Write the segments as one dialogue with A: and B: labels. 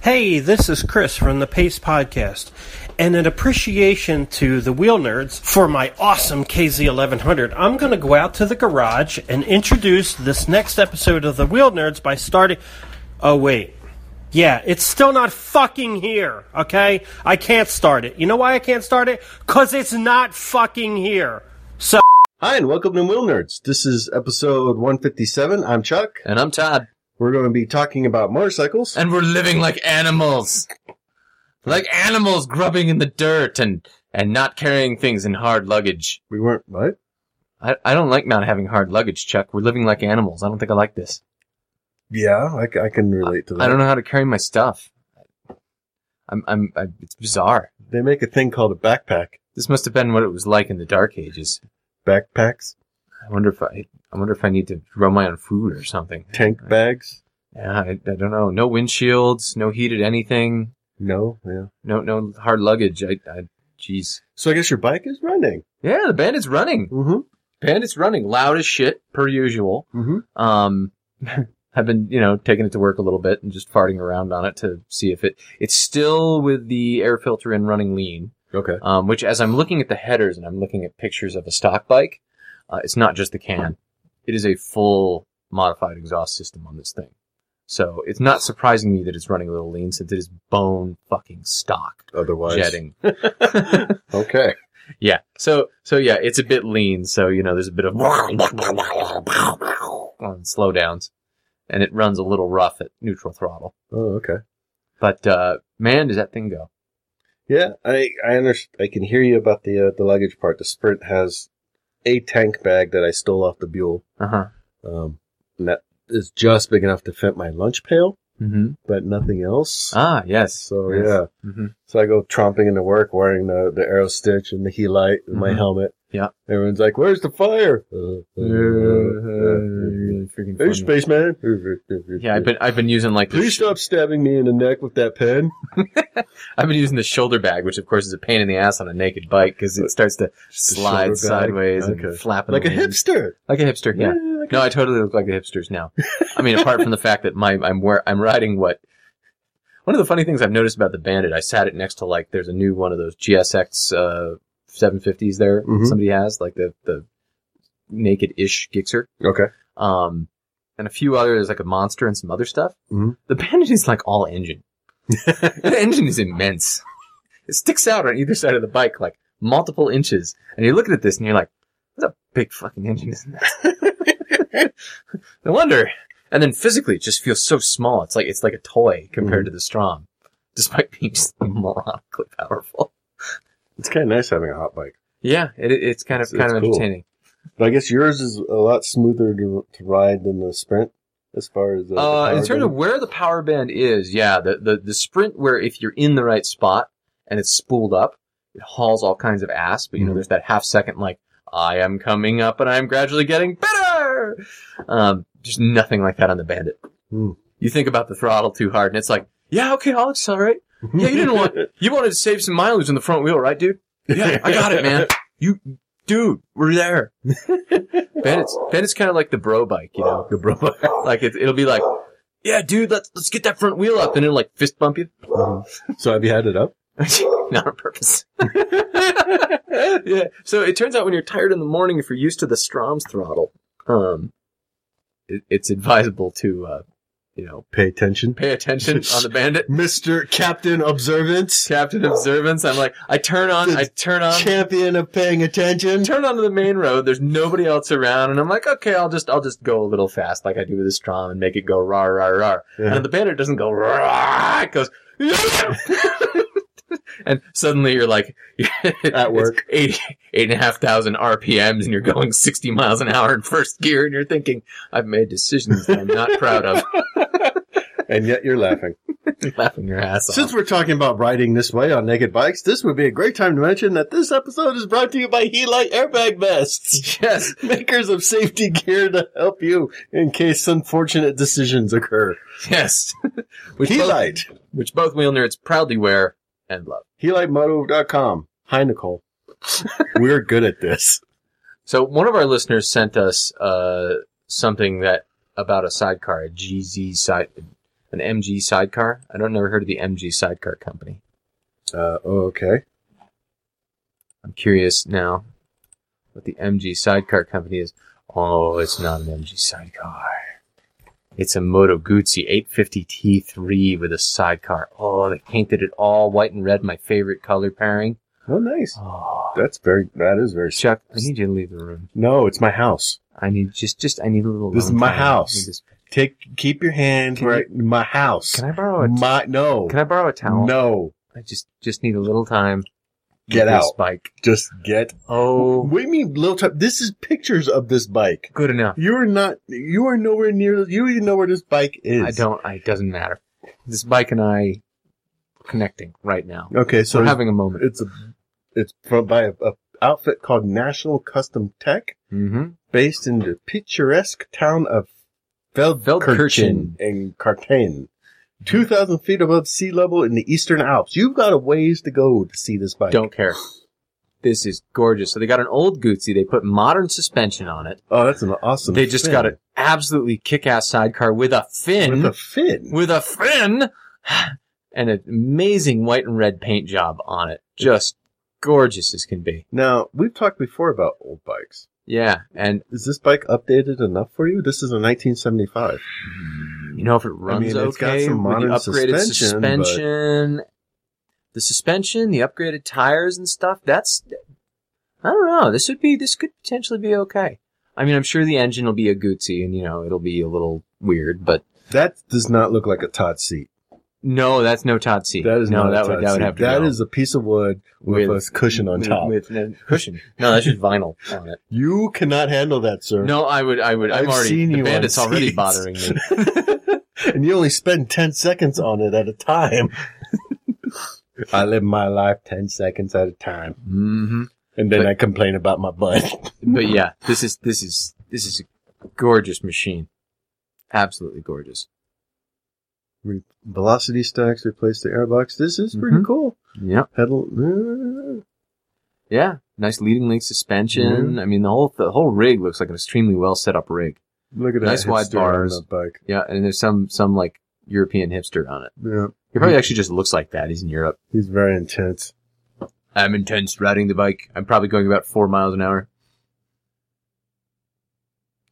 A: Hey, this is Chris from the Pace Podcast, and in appreciation to the wheel nerds for my awesome KZ1100, I'm going to go out to the garage and introduce this next episode of the Wheel Nerds by starting. Oh, wait. Yeah, it's still not fucking here, okay? I can't start it. You know why I can't start it? Because it's not fucking here. So.
B: Hi, and welcome to Wheel Nerds. This is episode 157. I'm Chuck.
C: And I'm Todd.
B: We're going to be talking about motorcycles.
C: And we're living like animals. Like animals grubbing in the dirt and, and not carrying things in hard luggage.
B: We weren't, what?
C: I, I don't like not having hard luggage, Chuck. We're living like animals. I don't think I like this.
B: Yeah, I, c- I can relate to that.
C: I don't know how to carry my stuff. I'm, I'm, I, it's bizarre.
B: They make a thing called a backpack.
C: This must have been what it was like in the dark ages.
B: Backpacks,
C: I wonder if I, I wonder if I need to grow my own food or something.
B: tank bags.
C: Yeah, I, I don't know. No windshields, no heated anything,
B: No, yeah.
C: no, no hard luggage. I, I, jeez.
B: So I guess your bike is running.
C: Yeah, the bandit's running.
B: Mm-hmm.
C: Bandit's running loud as shit per usual.
B: Mm-hmm.
C: Um, I've been, you know, taking it to work a little bit and just farting around on it to see if it, it's still with the air filter in running lean.
B: Okay.
C: Um, which as I'm looking at the headers and I'm looking at pictures of a stock bike, uh, it's not just the can. It is a full modified exhaust system on this thing. So it's not surprising me that it's running a little lean since it is bone fucking stock
B: Otherwise.
C: jetting.
B: Okay.
C: Yeah. So so yeah, it's a bit lean, so you know there's a bit of on slowdowns, and it runs a little rough at neutral throttle.
B: Oh, okay.
C: But uh, man, does that thing go?
B: Yeah, I I understand. I can hear you about the uh, the luggage part. The Sprint has a tank bag that I stole off the Buell,
C: Uh huh.
B: um, and that is just big enough to fit my lunch pail,
C: Mm-hmm.
B: but nothing else.
C: Ah, yes.
B: So
C: Yes.
B: yeah,
C: Mhm.
B: So I go tromping into work wearing the, the arrow stitch and the he light and my
C: Mhm.
B: helmet.
C: Yeah.
B: Everyone's like, where's the fire? Uh,
C: Uh,
B: uh, uh, uh,
C: really freaking
B: Hey,
C: funny.
B: spaceman.
C: Yeah, I've been I've been using like the
B: Please stop stabbing me in the neck with that pen.
C: I've been using the shoulder bag, which of course is a pain in the ass on a naked bike because it starts to slide
B: shoulder bag?
C: sideways
B: Okay.
C: and flap in
B: Like a
C: the wind.
B: hipster.
C: like a hipster. Yeah,
B: like a-
C: No, I totally look like the hipsters now. I mean, apart from the fact that my I'm wear I'm riding what. One of the funny things I've noticed about the Bandit, I sat it next to like there's a new one of those GSX uh, 750s there
B: Mhm.
C: somebody has like the the naked ish Gixxer,
B: Okay.
C: um, and a few others like a Monster and some other stuff.
B: Mhm.
C: The Bandit is like all engine. the engine is immense. It sticks out on either side of the bike like multiple inches, and you're looking at this and you're like, "That's a big fucking engine, isn't that?" no wonder. And then physically, it just feels so small. It's like it's like a toy compared to the Strom, despite being just moronically powerful.
B: It's kind of nice having a hot bike.
C: Yeah, it, it's kind of
B: It's-
C: kind
B: it's
C: of
B: cool.
C: entertaining.
B: But I guess yours is a lot smoother to, to ride than the Sprint as far as the. the
C: Uh,
B: power
C: in terms of
B: goes.
C: where the power band is, yeah, the, the the sprint where if you're in the right spot and it's spooled up, it hauls all kinds of ass. But you know,
B: Mhm.
C: there's that half second like I am coming up and I'm gradually getting better. Um, there's nothing like that on the Bandit.
B: Hmm.
C: You think about the throttle too hard, and it's like, yeah, okay, I'll accelerate. Yeah, you didn't want you wanted to save some mileage in the front wheel, right, dude? Yeah, I got it, man. You, dude, we're there. Bandit's Bandit's kind of like the bro bike, you know, the bro bike. Like it, it'll be like, yeah, dude, let's let's get that front wheel up, and it'll like fist bump you,
B: Mhm. So have you had it up?
C: not on purpose. yeah. So it turns out when you're tired in the morning, if you're used to the Strom's throttle, um, it, it's advisable to, uh, you know,
B: Pay attention.
C: pay attention on the Bandit.
B: Mr. Captain Observance.
C: Captain Observance. I'm like, I turn on, I turn on.
B: champion of paying attention.
C: turn onto the main road. There's nobody else around, and I'm like, okay, I'll just I'll just go a little fast, like I do with the Strom, and make it go rah rah rah.
B: Yeah.
C: And the banner doesn't go rah; it goes. and suddenly you're like
B: At work.
C: it's eight eight and a half thousand RPMs, and you're going sixty miles an hour in first gear, and you're thinking, I've made decisions that I'm not proud of.
B: And yet you're laughing.
C: laughing your ass off.
B: Since we're talking about riding this way on naked bikes, this would be a great time to mention that this episode is brought to you by Helite Airbag Vests,
C: yes,
B: makers of safety gear to help you in case unfortunate decisions occur.
C: yes. which, both,
B: Helite.
C: which both wheel nerds proudly wear and love.
B: HeliteMoto.com. Hi, Nicole. we're good at this.
C: So one of our listeners sent us uh, something that about a sidecar, a GZ side, an MG sidecar. I don't never heard of the MG sidecar company.
B: Uh, oh, okay.
C: I'm curious now what the MG sidecar company is. Oh, it's not an MG sidecar. It's a Moto Guzzi 850T3 with a sidecar. Oh, they painted it all white and red, my favorite color pairing.
B: Oh, nice.
C: Oh,
B: That's very. That is very.
C: Chuck, I need you to leave the room.
B: no, it's my house.
C: I need just, just I need a little.
B: This is
C: alone
B: my
C: time.
B: house.
C: I need this-
B: Take keep your hands
C: Can
B: right. my house.
C: Can I borrow a?
B: my no.
C: can I borrow a towel?
B: No.
C: I just just need a little time.
B: Get
C: with
B: out.
C: this bike.
B: Just get.
C: Oh,
B: What do you mean, little time? This is pictures of this bike.
C: good enough.
B: You are not. You are nowhere near. You even know where this bike is.
C: I don't. I, it doesn't matter. This bike and I connecting right now.
B: Okay,
C: So
B: so
C: we're having a moment.
B: it's a. It's from by a, a outfit called National Custom Tech,
C: Mm-hmm.
B: based in the picturesque town of
C: Veldkirchen.
B: Veldkirchen in Cartain. 2,000 feet above sea level in the eastern Alps. You've got a ways to go to see this bike.
C: Don't care. This is gorgeous. So they got an old Gucci. They put modern suspension on it.
B: Oh, that's an awesome
C: they just
B: fin.
C: got an absolutely kick-ass sidecar with a fin.
B: With a fin.
C: with a fin and an amazing white and red paint job on it. Just gorgeous as can be.
B: Now, we've talked before about old bikes.
C: Yeah. And
B: Is this bike updated enough for you? This is a 1975.
C: you know, if it runs
B: mean, it's got
C: okay,
B: some
C: with the
B: modern
C: upgraded
B: suspension, but-
C: suspension, the suspension, the upgraded tires and stuff, that's, I don't know. This would be, this could potentially be okay. I mean, I'm sure the engine will be a Gucci and, you know, it'll be a little weird, but
B: That does not look like a Todd seat.
C: no, that's no Tatsi.
B: That is
C: no,
B: not
C: that
B: a
C: would,
B: Todd
C: that
B: seat.
C: would have to
B: That
C: go.
B: is a piece of wood with,
C: With-
B: a cushion on
C: With-
B: top.
C: With, a cushion. No, that's just vinyl on it.
B: you cannot handle that, sir.
C: No, I would. I would. i am
B: I've
C: already.
B: seen
C: the
B: you on
C: bandit's already
B: seats.
C: bothering me.
B: and you only spend 10 seconds on it at a time. I live my life 10 seconds at a time.
C: hmm
B: And then
C: But-
B: I complain about my butt.
C: But yeah, this is this is this is a gorgeous machine. Absolutely gorgeous.
B: Re- Velocity stacks replace the airbox. This is pretty
C: Mhm.
B: cool.
C: Yep.
B: Pedal. uh,
C: Yeah. Nice leading link suspension. I mean, the whole the whole rig looks like an extremely well set up rig.
B: Look at
C: Nice
B: that.
C: wide
B: hipster on
C: bars.
B: that bike.
C: Yeah, and there's some some like European hipster on it.
B: Yeah.
C: He probably actually just looks like that. He's in Europe.
B: He's very intense.
C: I'm intense riding the bike. I'm probably going about four miles an hour.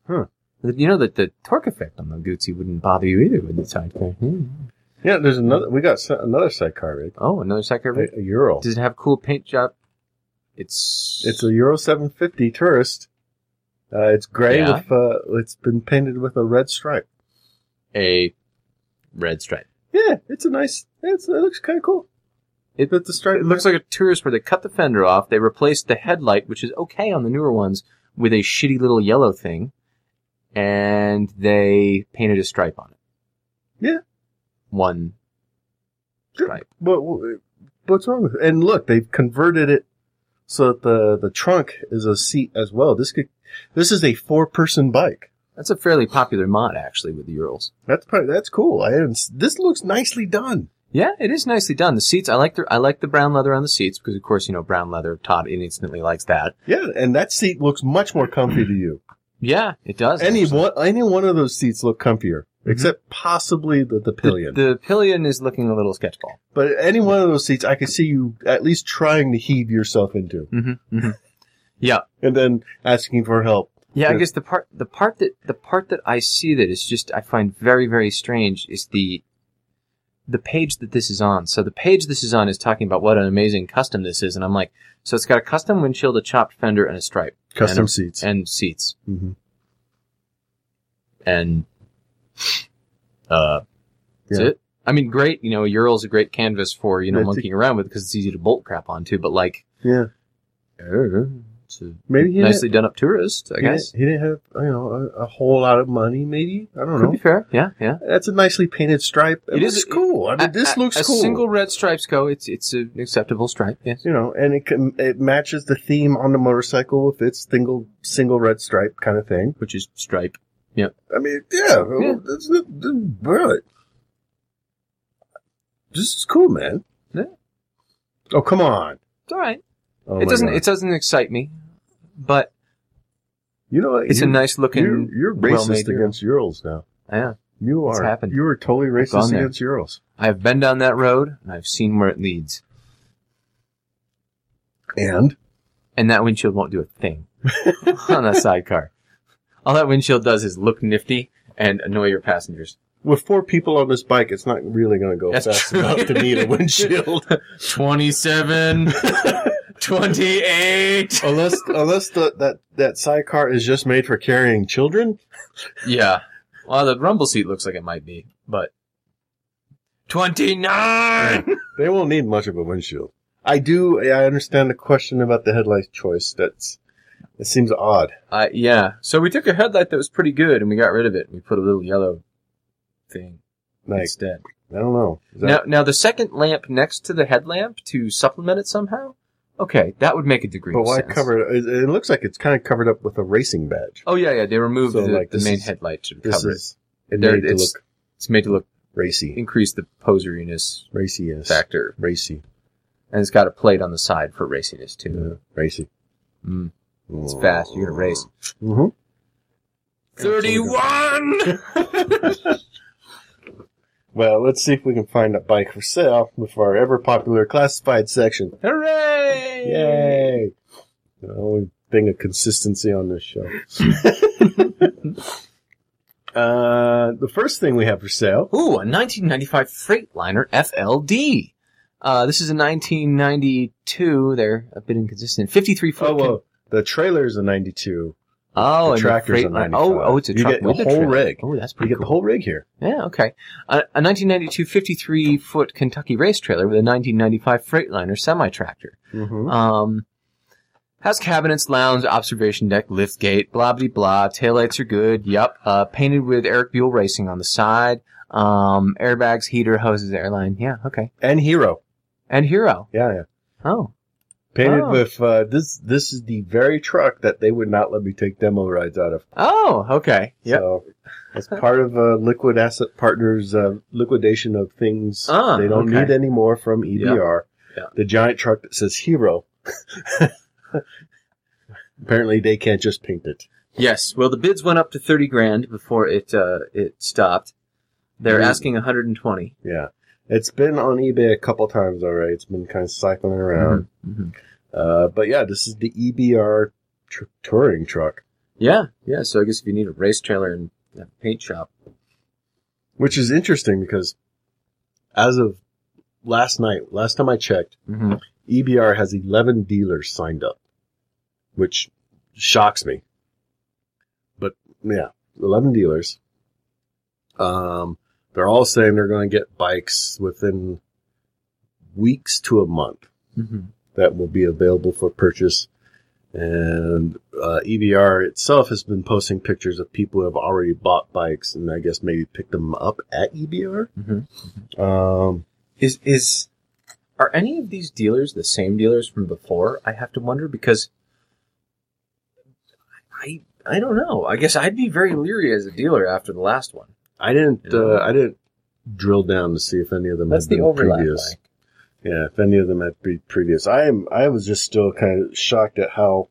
B: Huh.
C: You know that the torque effect on the Gucci wouldn't bother you either with the sidecar. Hmm.
B: Yeah, there's another. We got s- another sidecar rig.
C: Oh, another sidecar rig.
B: A, a Euro.
C: Does it have cool paint job? It's
B: It's a Euro 750 Tourist. Uh, it's gray
C: Yeah.
B: with. Uh, it's been painted with a red stripe.
C: a red stripe.
B: Yeah, it's a nice. It's, it looks kind of cool.
C: It-
B: With the stripe.
C: It looks like a tourist where they cut the fender off. They replaced the headlight, which is okay on the newer ones, with a shitty little yellow thing, and they painted a stripe on it.
B: Yeah.
C: One
B: Sure.
C: stripe.
B: What, what- what's wrong with it? And look, they've converted it so that the the trunk is a seat as well. This could. This is a four person bike.
C: That's a fairly popular mod actually with the Urals.
B: That's probably, that's cool. I haven't, s- this looks nicely done.
C: Yeah, it is nicely done. The seats, I like the I like the brown leather on the seats because of course you know brown leather. Todd instantly likes that.
B: Yeah, and that seat looks much more comfy to you.
C: Yeah, it does.
B: Any
C: actually.
B: one, any one of those seats look comfier, except possibly the, the pillion.
C: Mm-hmm. The, the pillion is looking a little sketchball.
B: but any one of those seats, I could see you at least trying to heave yourself into,
C: Mm-hmm. yeah,
B: and then asking for help.
C: yeah. I
B: Yeah.
C: guess the part the part that the part that I see that is just I find very very strange is the the page that this is on. So the page this is on is talking about what an amazing custom this is, and I'm like, so it's got a custom windshield, a chopped fender, and a stripe,
B: Custom
C: And a-
B: seats.
C: and seats,
B: Mhm.
C: and uh, that's
B: Yeah.
C: it. I mean, great. You know, Ural's a great canvas for you know
B: That's a-
C: monkeying around with because it's easy to bolt crap onto. But like,
B: Yeah,
C: uh, it's a
B: maybe he
C: nicely done up tourist, I
B: didn't, he,
C: guess.
B: didn't, he didn't have you know a, a whole lot of money. Maybe I don't
C: Could
B: know.
C: be fair. Yeah, yeah.
B: That's a nicely painted stripe. It,
C: It
B: looks
C: is-
B: cool. I mean, this
C: A- a-
B: looks
C: a
B: cool.
C: single red stripes go. It's it's an acceptable stripe. Yes.
B: you know, and it can, it matches the theme on the motorcycle with its single single red stripe kind of thing.
C: Which is stripe.
B: I mean, yeah,
C: Yeah.
B: That's, that's, brilliant. This is cool, man.
C: Yeah.
B: Oh, come on.
C: It's all right.
B: Oh
C: it
B: my
C: doesn't
B: God.
C: it doesn't excite me, but
B: you know what?
C: it's a
B: You're-
C: nice looking.
B: You're, you're
C: well-made
B: racist
C: Euro.
B: against Urals now.
C: Yeah.
B: You
C: It's
B: are.
C: happened.
B: You were totally
C: gone
B: racist
C: there.
B: against Urals.
C: I've been down that road and I've seen where it leads.
B: And
C: And that windshield won't do a thing on a sidecar. All that windshield does is look nifty and annoy your passengers.
B: with four people on this bike, it's not really going to go
C: That's
B: fast
C: true.
B: enough to need a windshield.
C: 27, 28.
B: unless unless the, that that sidecar is just made for carrying children.
C: Yeah. Well, the rumble seat looks like it might be, but 29.
B: They won't need much of a windshield. I do. I understand the question about the headlight choice. That's it seems odd.
C: Uh, yeah. So we took a headlight that was pretty good and we got rid of it. We put a little yellow thing
B: Like
C: instead.
B: I don't know. Is that-
C: Now, now the second lamp next to the headlamp to supplement it somehow. Okay, that would make a degree.
B: but
C: of
B: why
C: sense.
B: cover it? It looks like it's kind of covered up with a racing badge.
C: Oh yeah, yeah. They removed
B: So,
C: the,
B: like,
C: the
B: this
C: main
B: is-
C: headlight to
B: This
C: cover it.
B: is it
C: There-
B: made to
C: it's-
B: look
C: It's made to look
B: racy,
C: increase the poseriness
B: racy is
C: factor,
B: racy,
C: and it's got a plate on the side for raciness too.
B: yeah, racy.
C: Mm, it's fast. You're gonna race.
B: hmm
C: Thirty-one.
B: Well, let's see if we can find a bike for sale with our ever popular classified section.
C: Hooray!
B: Yay! The only thing of consistency on this show. uh, the first thing we have for sale.
C: Ooh, a 1995 Freightliner FLD. Uh, this is a 1992. They're a bit inconsistent. 53 foot.
B: Oh, well, the trailer is a 92.
C: Oh,
B: The
C: and
B: tractor's
C: freight
B: a
C: line-
B: 95.
C: Oh, oh, it's a
B: You
C: truck
B: get the
C: with a
B: whole
C: trailer.
B: rig.
C: Oh, that's
B: You
C: pretty
B: get the
C: cool.
B: whole rig here.
C: yeah, okay. A, a 1992 53 foot Kentucky race trailer with a 1995 Freightliner semi tractor.
B: Mm-hmm.
C: Um, has cabinets, lounge, observation deck, lift gate, blah blah blah. Taillights are good. Yup. Uh, painted with Eric Buell Racing on the side. Um, airbags, heater, hoses, airline. Yeah, okay.
B: And Hero.
C: And Hero.
B: Yeah, yeah.
C: Oh,
B: Painted
C: Oh.
B: with, uh, this, this is the very truck that they would not let me take demo rides out of.
C: oh, okay. Yep.
B: So it's part of uh, Liquid Asset Partners' uh, liquidation of things
C: Ah,
B: they don't
C: okay.
B: need anymore from EBR.
C: Yeah.
B: The giant truck that says Hero. Apparently, they can't just paint it.
C: Yes. Well, the bids went up to thirty grand before it uh, it stopped. They're
B: Mm.
C: asking one hundred and twenty.
B: Yeah. It's been on eBay a couple times already. It's been kind of cycling
C: Mm-hmm.
B: around. Uh, but yeah, this is the EBR tr- touring truck,
C: Yeah, yeah. So I guess if you need a race trailer and a paint shop,
B: which is interesting because as of last night, last time I checked,
C: Mm-hmm.
B: EBR E has 11 dealers signed up, which shocks me. But yeah, 11 dealers. Um, they're all saying they're going to get bikes within weeks to a month
C: Mm-hmm.
B: that will be available for purchase. And uh, EBR itself has been posting pictures of people who have already bought bikes and I guess maybe picked them up at EBR. Um,
C: is is are any of these dealers the same dealers from before? I have to wonder because I I don't know. I guess I'd be very leery as a dealer after the last one.
B: I didn't.
C: Yeah.
B: Uh, I didn't drill down to see if any of them.
C: That's
B: had been
C: the overlap.
B: Previous.
C: like.
B: Yeah, if any of them had been previous. I am. I was just still kind of shocked at how.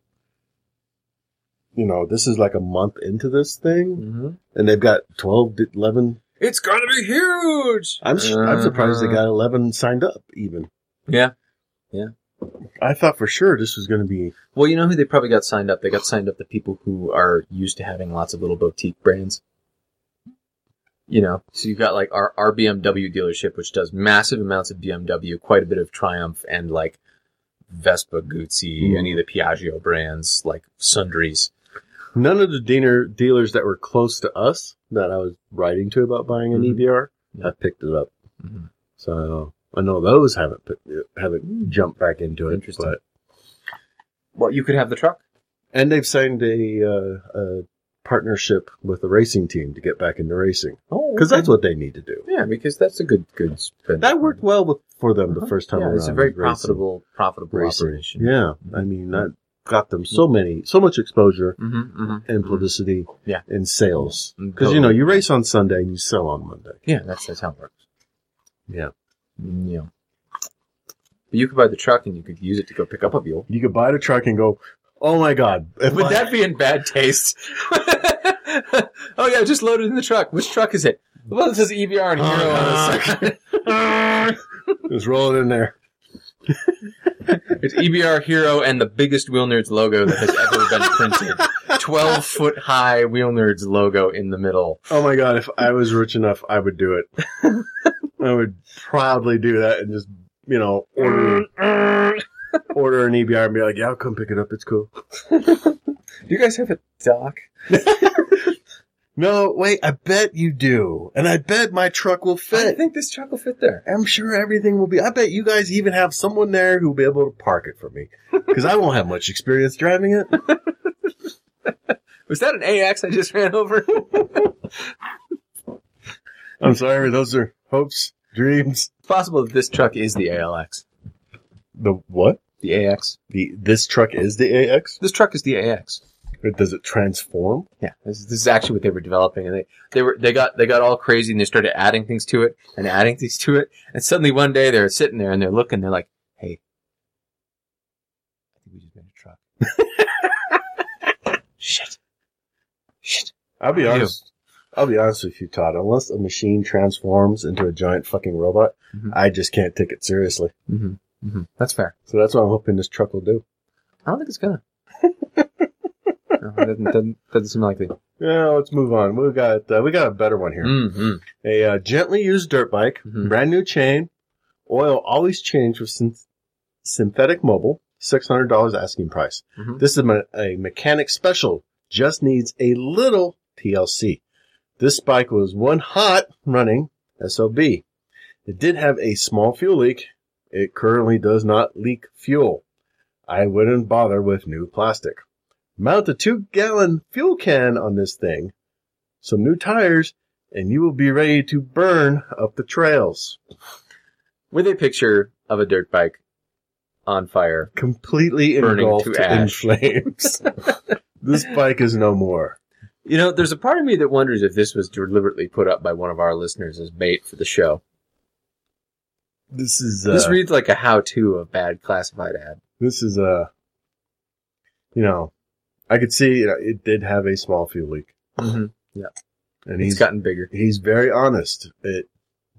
B: You know, this is like a month into this thing, and they've got 12, 11.
C: mm-hmm. It's gonna be huge.
B: I'm sh I'm surprised they
C: Uh-huh.
B: got eleven signed up. Even
C: Yeah.
B: I thought for sure this was going to be.
C: Well, you know who they probably got signed up? They got signed up the people who are used to having lots of little boutique brands. You know, so you've got like our, our BMW dealership, which does massive amounts of BMW, quite a bit of Triumph, and like Vespa, Gucci,
B: Mm.
C: any of the Piaggio brands, like sundries.
B: None of the dealer dealers that were close to us that I was writing to about buying an E
C: Mhm.
B: EBR,
C: Yeah. Mm-hmm.
B: I picked it up. So I know those haven't put, haven't jumped back into it.
C: Mm. Interesting.
B: but-
C: Well, you could have the truck.
B: And they've signed a, uh, a partnership with a racing team to get back into racing
C: Oh,
B: because that's what they need to do.
C: yeah, because that's a good good spend.
B: That worked well with, for them the first time.
C: Uh-huh. Yeah, it's a
B: around,
C: very
B: racing-
C: profitable profitable
B: racing.
C: operation.
B: Yeah, I mean that got them so many, so much exposure
C: Mm-hmm, mm-hmm.
B: and publicity,
C: Yeah.
B: and sales.
C: Mm,
B: Because you know
C: totally.
B: you race on Sunday and you sell on Monday.
C: Yeah, that's that's how it works.
B: Yeah.
C: Yeah. But you could buy the truck and you could use it to go pick up a mule.
B: You could buy the truck and go, oh my god, if
C: Would
B: I-
C: that be in bad taste? oh yeah, just load it in the truck. Which truck is it? Well, it says EBR and Hero on the second.
B: Just roll it in there.
C: It's EBR Hero and the biggest Wheel Nerds logo that has ever been printed. 12 foot high Wheel Nerds logo in the middle.
B: Oh my god, if I was rich enough, I would do it. I would proudly do that and just, you know, order, order an EBR and be like, yeah, I'll come pick it up. It's cool.
C: Do you guys have a dock?
B: No, wait, I bet you do. And I bet my truck will
C: I
B: fit.
C: think this truck will fit there.
B: I'm sure everything will be. I bet you guys even have someone there who will be able to park it for me. Because I won't have much experience driving it.
C: Was that an AX I just ran over?
B: I'm sorry, those are hopes, dreams.
C: it's possible that this truck is the ALX.
B: The what?
C: The AX.
B: The This truck is the AX?
C: This truck is the AX.
B: Or does it transform?
C: Yeah, this, this is actually what they were developing, and they they were they got they got all crazy, and they started adding things to it and adding things to it, and suddenly one day they're sitting there and they're looking, they're like, "Hey, I think we just made a truck." Shit, shit.
B: I'll be
C: Ew.
B: honest. I'll be honest with you, Todd. Unless a machine transforms into a giant fucking robot,
C: Mhm.
B: I just can't take it seriously.
C: Mm-hmm. Mm-hmm. That's fair.
B: So that's what I'm hoping this truck will do.
C: I don't think it's gonna. no, it doesn't, doesn't, doesn't seem likely.
B: Yeah, let's move on. We got uh, we got a better one here.
C: Mm-hmm.
B: A uh, gently used dirt bike,
C: Mhm.
B: brand new chain, oil always changed with synth- synthetic mobile. Six hundred dollars asking price.
C: Mhm.
B: This is me- a mechanic special. Just needs a little TLC. This bike was one hot running SOB. It did have a small fuel leak. It currently does not leak fuel. I wouldn't bother with new plastic. Mount a two gallon fuel can on this thing, some new tires, and you will be ready to burn up the trails.
C: With a picture of a dirt bike on fire.
B: Completely
C: Burning
B: engulfed
C: to
B: in
C: ash.
B: flames. this bike is no more.
C: You know, there's a part of me that wonders if this was deliberately put up by one of our listeners as bait for the show.
B: This is uh,
C: This reads like a how-to of bad classified ad.
B: this is uh, you know, I could see you know, it did have a small fuel leak, and
C: Mm-hmm. It's
B: he's
C: gotten bigger.
B: he's very honest. It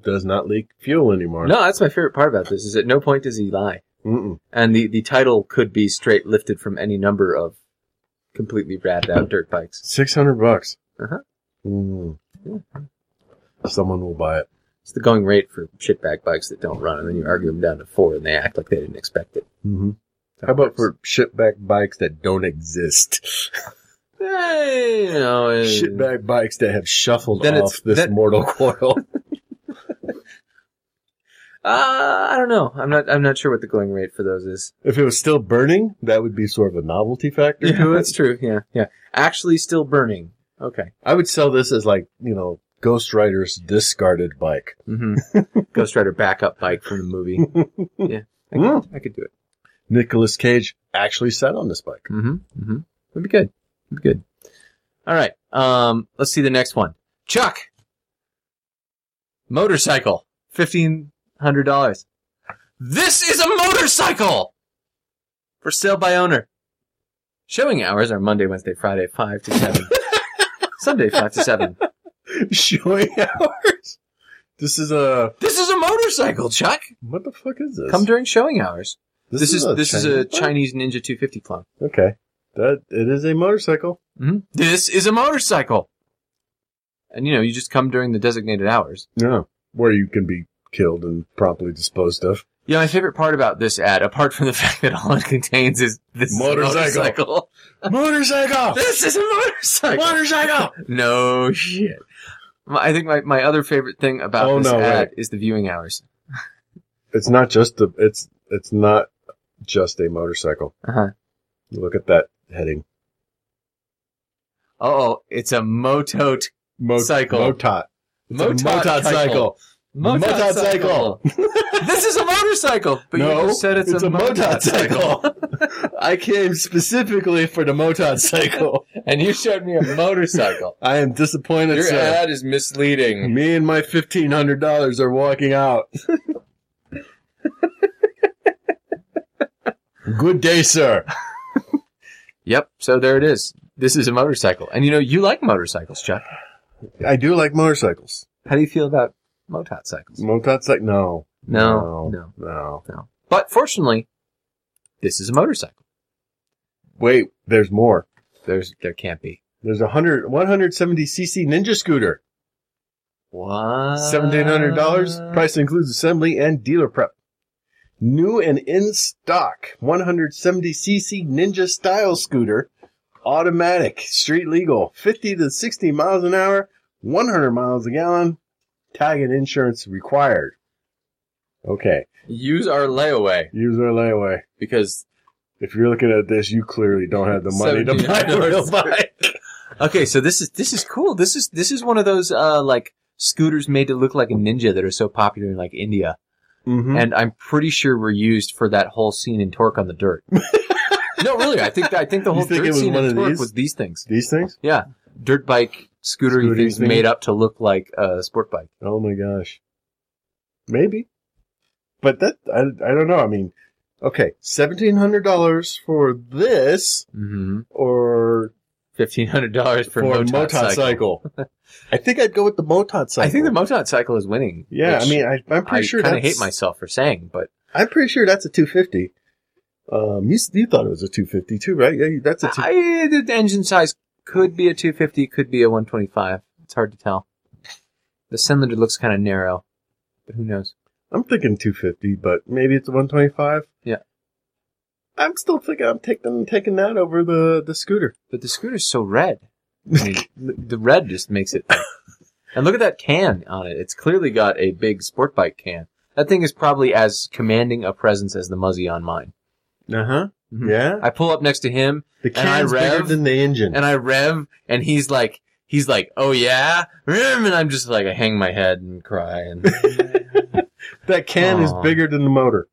B: does not leak fuel anymore.
C: No, that's my favorite part about this. Is at no point does he lie,
B: Mm-mm.
C: and the the title could be straight lifted from any number of completely rabbed out dirt bikes.
B: six hundred bucks.
C: Uh-huh.
B: Mm. Someone will buy it.
C: It's the going rate for shitbag bikes that don't run, and then you argue them down to four, and they act like they didn't expect it.
B: Mm-hmm. How about for shitback bikes that don't exist?
C: Eh, you know, eh,
B: shitbag bikes that have shuffled
C: Then it's-
B: off this
C: that-
B: mortal coil.
C: Uh, I don't know. I'm not. I'm not sure what the going rate for those is.
B: if it was still burning, that would be sort of a novelty factor to it.
C: that's true. Yeah, yeah. Actually, still burning. Okay.
B: I would sell this as like, you know, Ghost Rider's discarded bike.
C: Mm-hmm. Ghost Rider backup bike from the movie. Yeah, I could,
B: Hmm.
C: I could do it.
B: Nicholas Cage actually sat on this bike.
C: Mm-hmm. Mm-hmm. It'd be good. It'd be good. All right. Um, let's see the next one. Chuck. Motorcycle. Fifteen hundred dollars. This is a motorcycle. For sale by owner. Showing hours are Monday, Wednesday, Friday, five to seven. Sunday, five to seven.
B: Showing hours. This is a
C: This is a motorcycle, Chuck.
B: what the fuck is this?
C: Come during showing hours. This, is, this is a
B: bike?
C: Chinese Ninja 250 clone.
B: Okay, that it is a motorcycle.
C: Mhm. This is a motorcycle. And you know, you just come during the designated hours.
B: Yeah, where you can be killed and promptly disposed of.
C: Yeah, my favorite part about this ad, apart from the fact that all it contains is this motorcycle,
B: Motorcycle.
C: motorcycle
B: motorcycle.
C: this is a motorcycle.
B: motorcycle.
C: no shit. My- I think my, my other favorite thing about
B: Oh,
C: this
B: no,
C: ad is the viewing hours.
B: It's not just the. It's it's not just a motorcycle.
C: Uh-huh.
B: Look at that heading.
C: Oh, it's a motot
B: Mo-
C: Cycle.
B: Motot. It's a motot cycle.
C: Motorcycle. this is a motorcycle, but
B: No,
C: you just said it's,
B: it's
C: a,
B: a motot
C: motorcycle.
B: I came specifically for the motot cycle.
C: and you showed me a motorcycle.
B: I am disappointed,
C: Your
B: sir.
C: ad is misleading.
B: Me and my fifteen hundred dollars are walking out. Good day, sir.
C: Yep. So there it is. This is a motorcycle, and you know you like motorcycles, Chuck.
B: I do like motorcycles.
C: How do you feel about Motot cycles?
B: Motot's like, no.
C: No, no,
B: No.
C: no. But fortunately, this is a motorcycle.
B: Wait, there's more.
C: There's there can't be
B: There's a 100, 170cc Ninja scooter.
C: what Uh,
B: $1,700. Price includes assembly and dealer prep. New and in stock 170cc Ninja style scooter. Automatic, street legal, 50 to 60 miles an hour, 100 miles a gallon. Tag and insurance required. Okay.
C: Use our layaway
B: Use our layaway.
C: because
B: If you're looking at this, you clearly don't have the money to buy a
C: $1,700.
B: real bike.
C: okay, so this is this is cool. This is this is one of those uh like scooters made to look like a ninja that are so popular in like India,
B: Mm-hmm.
C: and I'm pretty sure were used for that whole scene in Torque on the Dirt. no, really, I think I think the
B: You
C: whole
B: think
C: dirt
B: it was
C: scene
B: one
C: in
B: of
C: Torque
B: these?
C: was these things.
B: These things?
C: Yeah, dirt bike scootery
B: Scootery
C: things
B: thing.
C: made up to look like a sport bike.
B: Oh my gosh. Maybe. But that, I, I don't know. I mean, okay, $1,700 for this
C: Mm-hmm.
B: or
C: Fifteen hundred dollars for,
B: for,
C: a
B: a
C: motot
B: Motot
C: cycle.
B: cycle. I think I'd go with the Motot cycle.
C: I think the motot cycle is winning.
B: Yeah, I
C: which
B: mean, I, I'm pretty
C: I
B: sure
C: kind
B: that's.
C: of hate myself for saying, but
B: I'm pretty sure that's a 250. Um, you, s- you thought it was a 250 too, right? Yeah, you- that's a two.
C: I, the engine size could be a 250, could be a 125. It's hard to tell. The cylinder looks kind of narrow, but who knows?
B: I'm thinking 250, but maybe it's a 125.
C: Yeah.
B: I'm still thinking I'm taking taking that over the the scooter.
C: But the scooter's so red. I mean, the the red just makes it. and look at that can on it. It's clearly got a big sport bike can. That thing is probably as commanding a presence as the Muzzy on mine.
B: Uh huh.
C: Mhm.
B: Yeah.
C: I pull up next to him
B: The
C: And I
B: can's bigger
C: rev,
B: than the engine.
C: and I rev, and he's like, he's like, oh yeah, and I'm just like, I hang my head and cry, and
B: that can is
C: Aw.
B: bigger than the motor.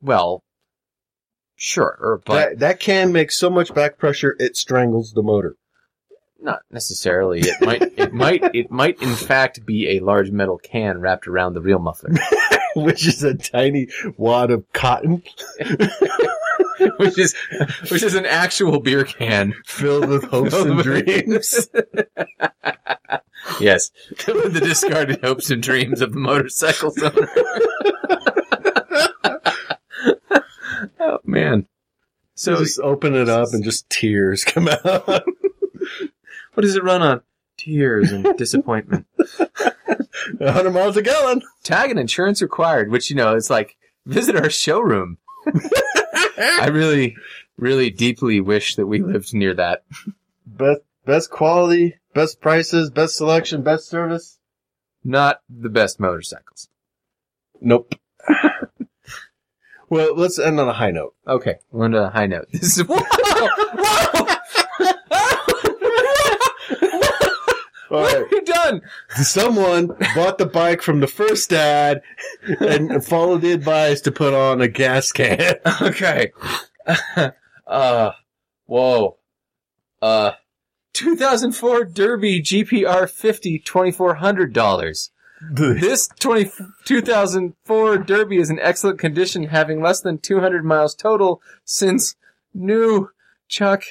C: well, sure, but
B: that that can makes so much back pressure it strangles the motor.
C: Not necessarily. It might. It might. It might, in fact, be a large metal can wrapped around the real muffler,
B: Which is a tiny wad of cotton
C: which is, which is an actual beer can
B: filled with hopes and dreams.
C: yes, the discarded hopes and dreams of the motorcycle owner. oh man!
B: So
C: So
B: just open it up and just tears come out.
C: what does it run on? Tears and disappointment.
B: 100 miles a gallon.
C: Tag and insurance required, which you know it's like visit our showroom. I really, really deeply wish that we lived near that.
B: Best best quality, best prices, best selection, best service.
C: Not the best motorcycles.
B: Nope. well, let's end on a high note.
C: Okay, we're on to a high note. This is whoa, whoa.
B: All
C: what
B: right.
C: have you done?
B: Someone bought the bike from the first ad and followed the advice to put on a gas can.
C: Okay. uh, whoa. Uh, 2004 Derby GPR 50 $2,400. dollars. This 20, 2004 Derby is in excellent condition, having less than 200 miles total since new Chuck.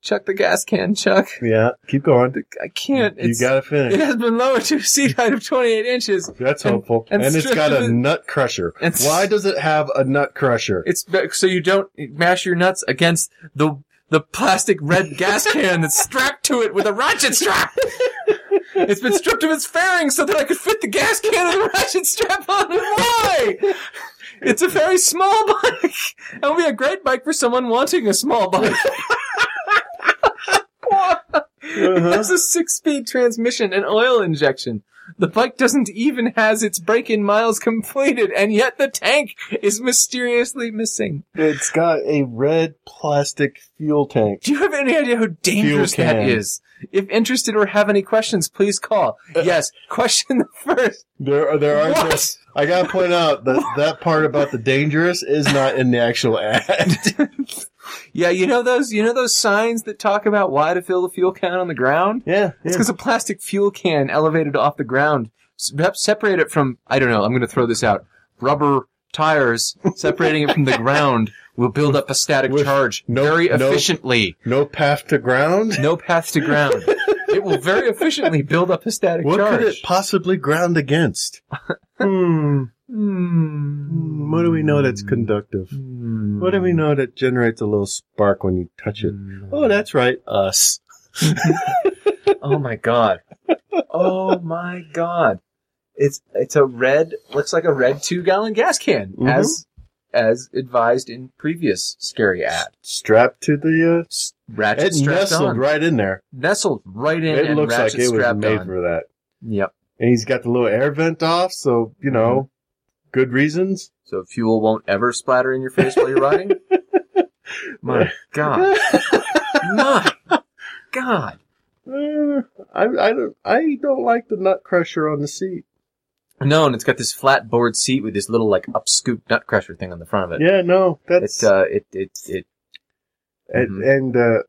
C: Chuck the gas can, Chuck.
B: Yeah, keep going.
C: I can't.
B: You
C: It's,
B: gotta
C: it
B: finish.
C: has been lowered to a seat height of 28 inches.
B: That's
C: and-
B: hopeful.
C: and
B: And, it's got a
C: stripped-
B: nut crusher.
C: and-
B: Why does it have a nut crusher?
C: It's be- so you don't mash your nuts against the the plastic red gas can that's strapped to it with a ratchet strap. It's been stripped of its fairings so that I could fit the gas can and the ratchet strap on it. Why? It's a very small bike. It would be a great bike for someone wanting a small bike. It
B: Uh-huh.
C: has a six-speed transmission and oil injection. The bike doesn't even has its break-in miles completed, and yet the tank is mysteriously missing.
B: It's got a red plastic fuel tank.
C: Do you have any idea how dangerous
B: Fuel
C: that
B: can.
C: is? If interested or have any questions, please call.
B: Uh,
C: Yes, question the first.
B: There are there are.
C: What?
B: I gotta point out that that part about the dangerous is not in the actual ad.
C: Yeah, you know those you know those signs that talk about why to fill the fuel can on the ground?
B: yeah,
C: It's because a plastic fuel can elevated off the ground, s- perhaps separate it from I don't know. I'm going to throw this out. Rubber tires separating it from the ground will build up a static
B: With
C: charge
B: no-
C: very
B: no-
C: efficiently.
B: no path to ground.
C: No path to ground. It will very efficiently build up a static
B: What
C: charge.
B: could it possibly ground against? hmm.
C: Hmm.
B: What do we know that's conductive?
C: Hmm.
B: What do we know that generates a little spark when you touch it? Oh, that's right, us.
C: Oh my god. Oh my god. It's it's a red looks like a red two gallon gas can
B: Mhm.
C: as as advised in previous scary ad.
B: Strapped to the. Uh,
C: Ratchet
B: it
C: strapped
B: nestled
C: on.
B: right in there.
C: nestled right in
B: It
C: and
B: looks like
C: ratchet
B: it was
C: strapped
B: made
C: on.
B: for that.
C: Yep.
B: And he's got the little air vent off, so you know,
C: Mm-hmm.
B: good reasons.
C: So fuel won't ever splatter in your face while you're riding. my god. My god.
B: Uh, I, I don't I don't like the nut crusher on the seat.
C: No, and it's got this flat board seat with this little like up scoop nut crusher thing on the front of it.
B: Yeah, no, that's
C: It's uh mm-hmm. it it it
B: and, and uh,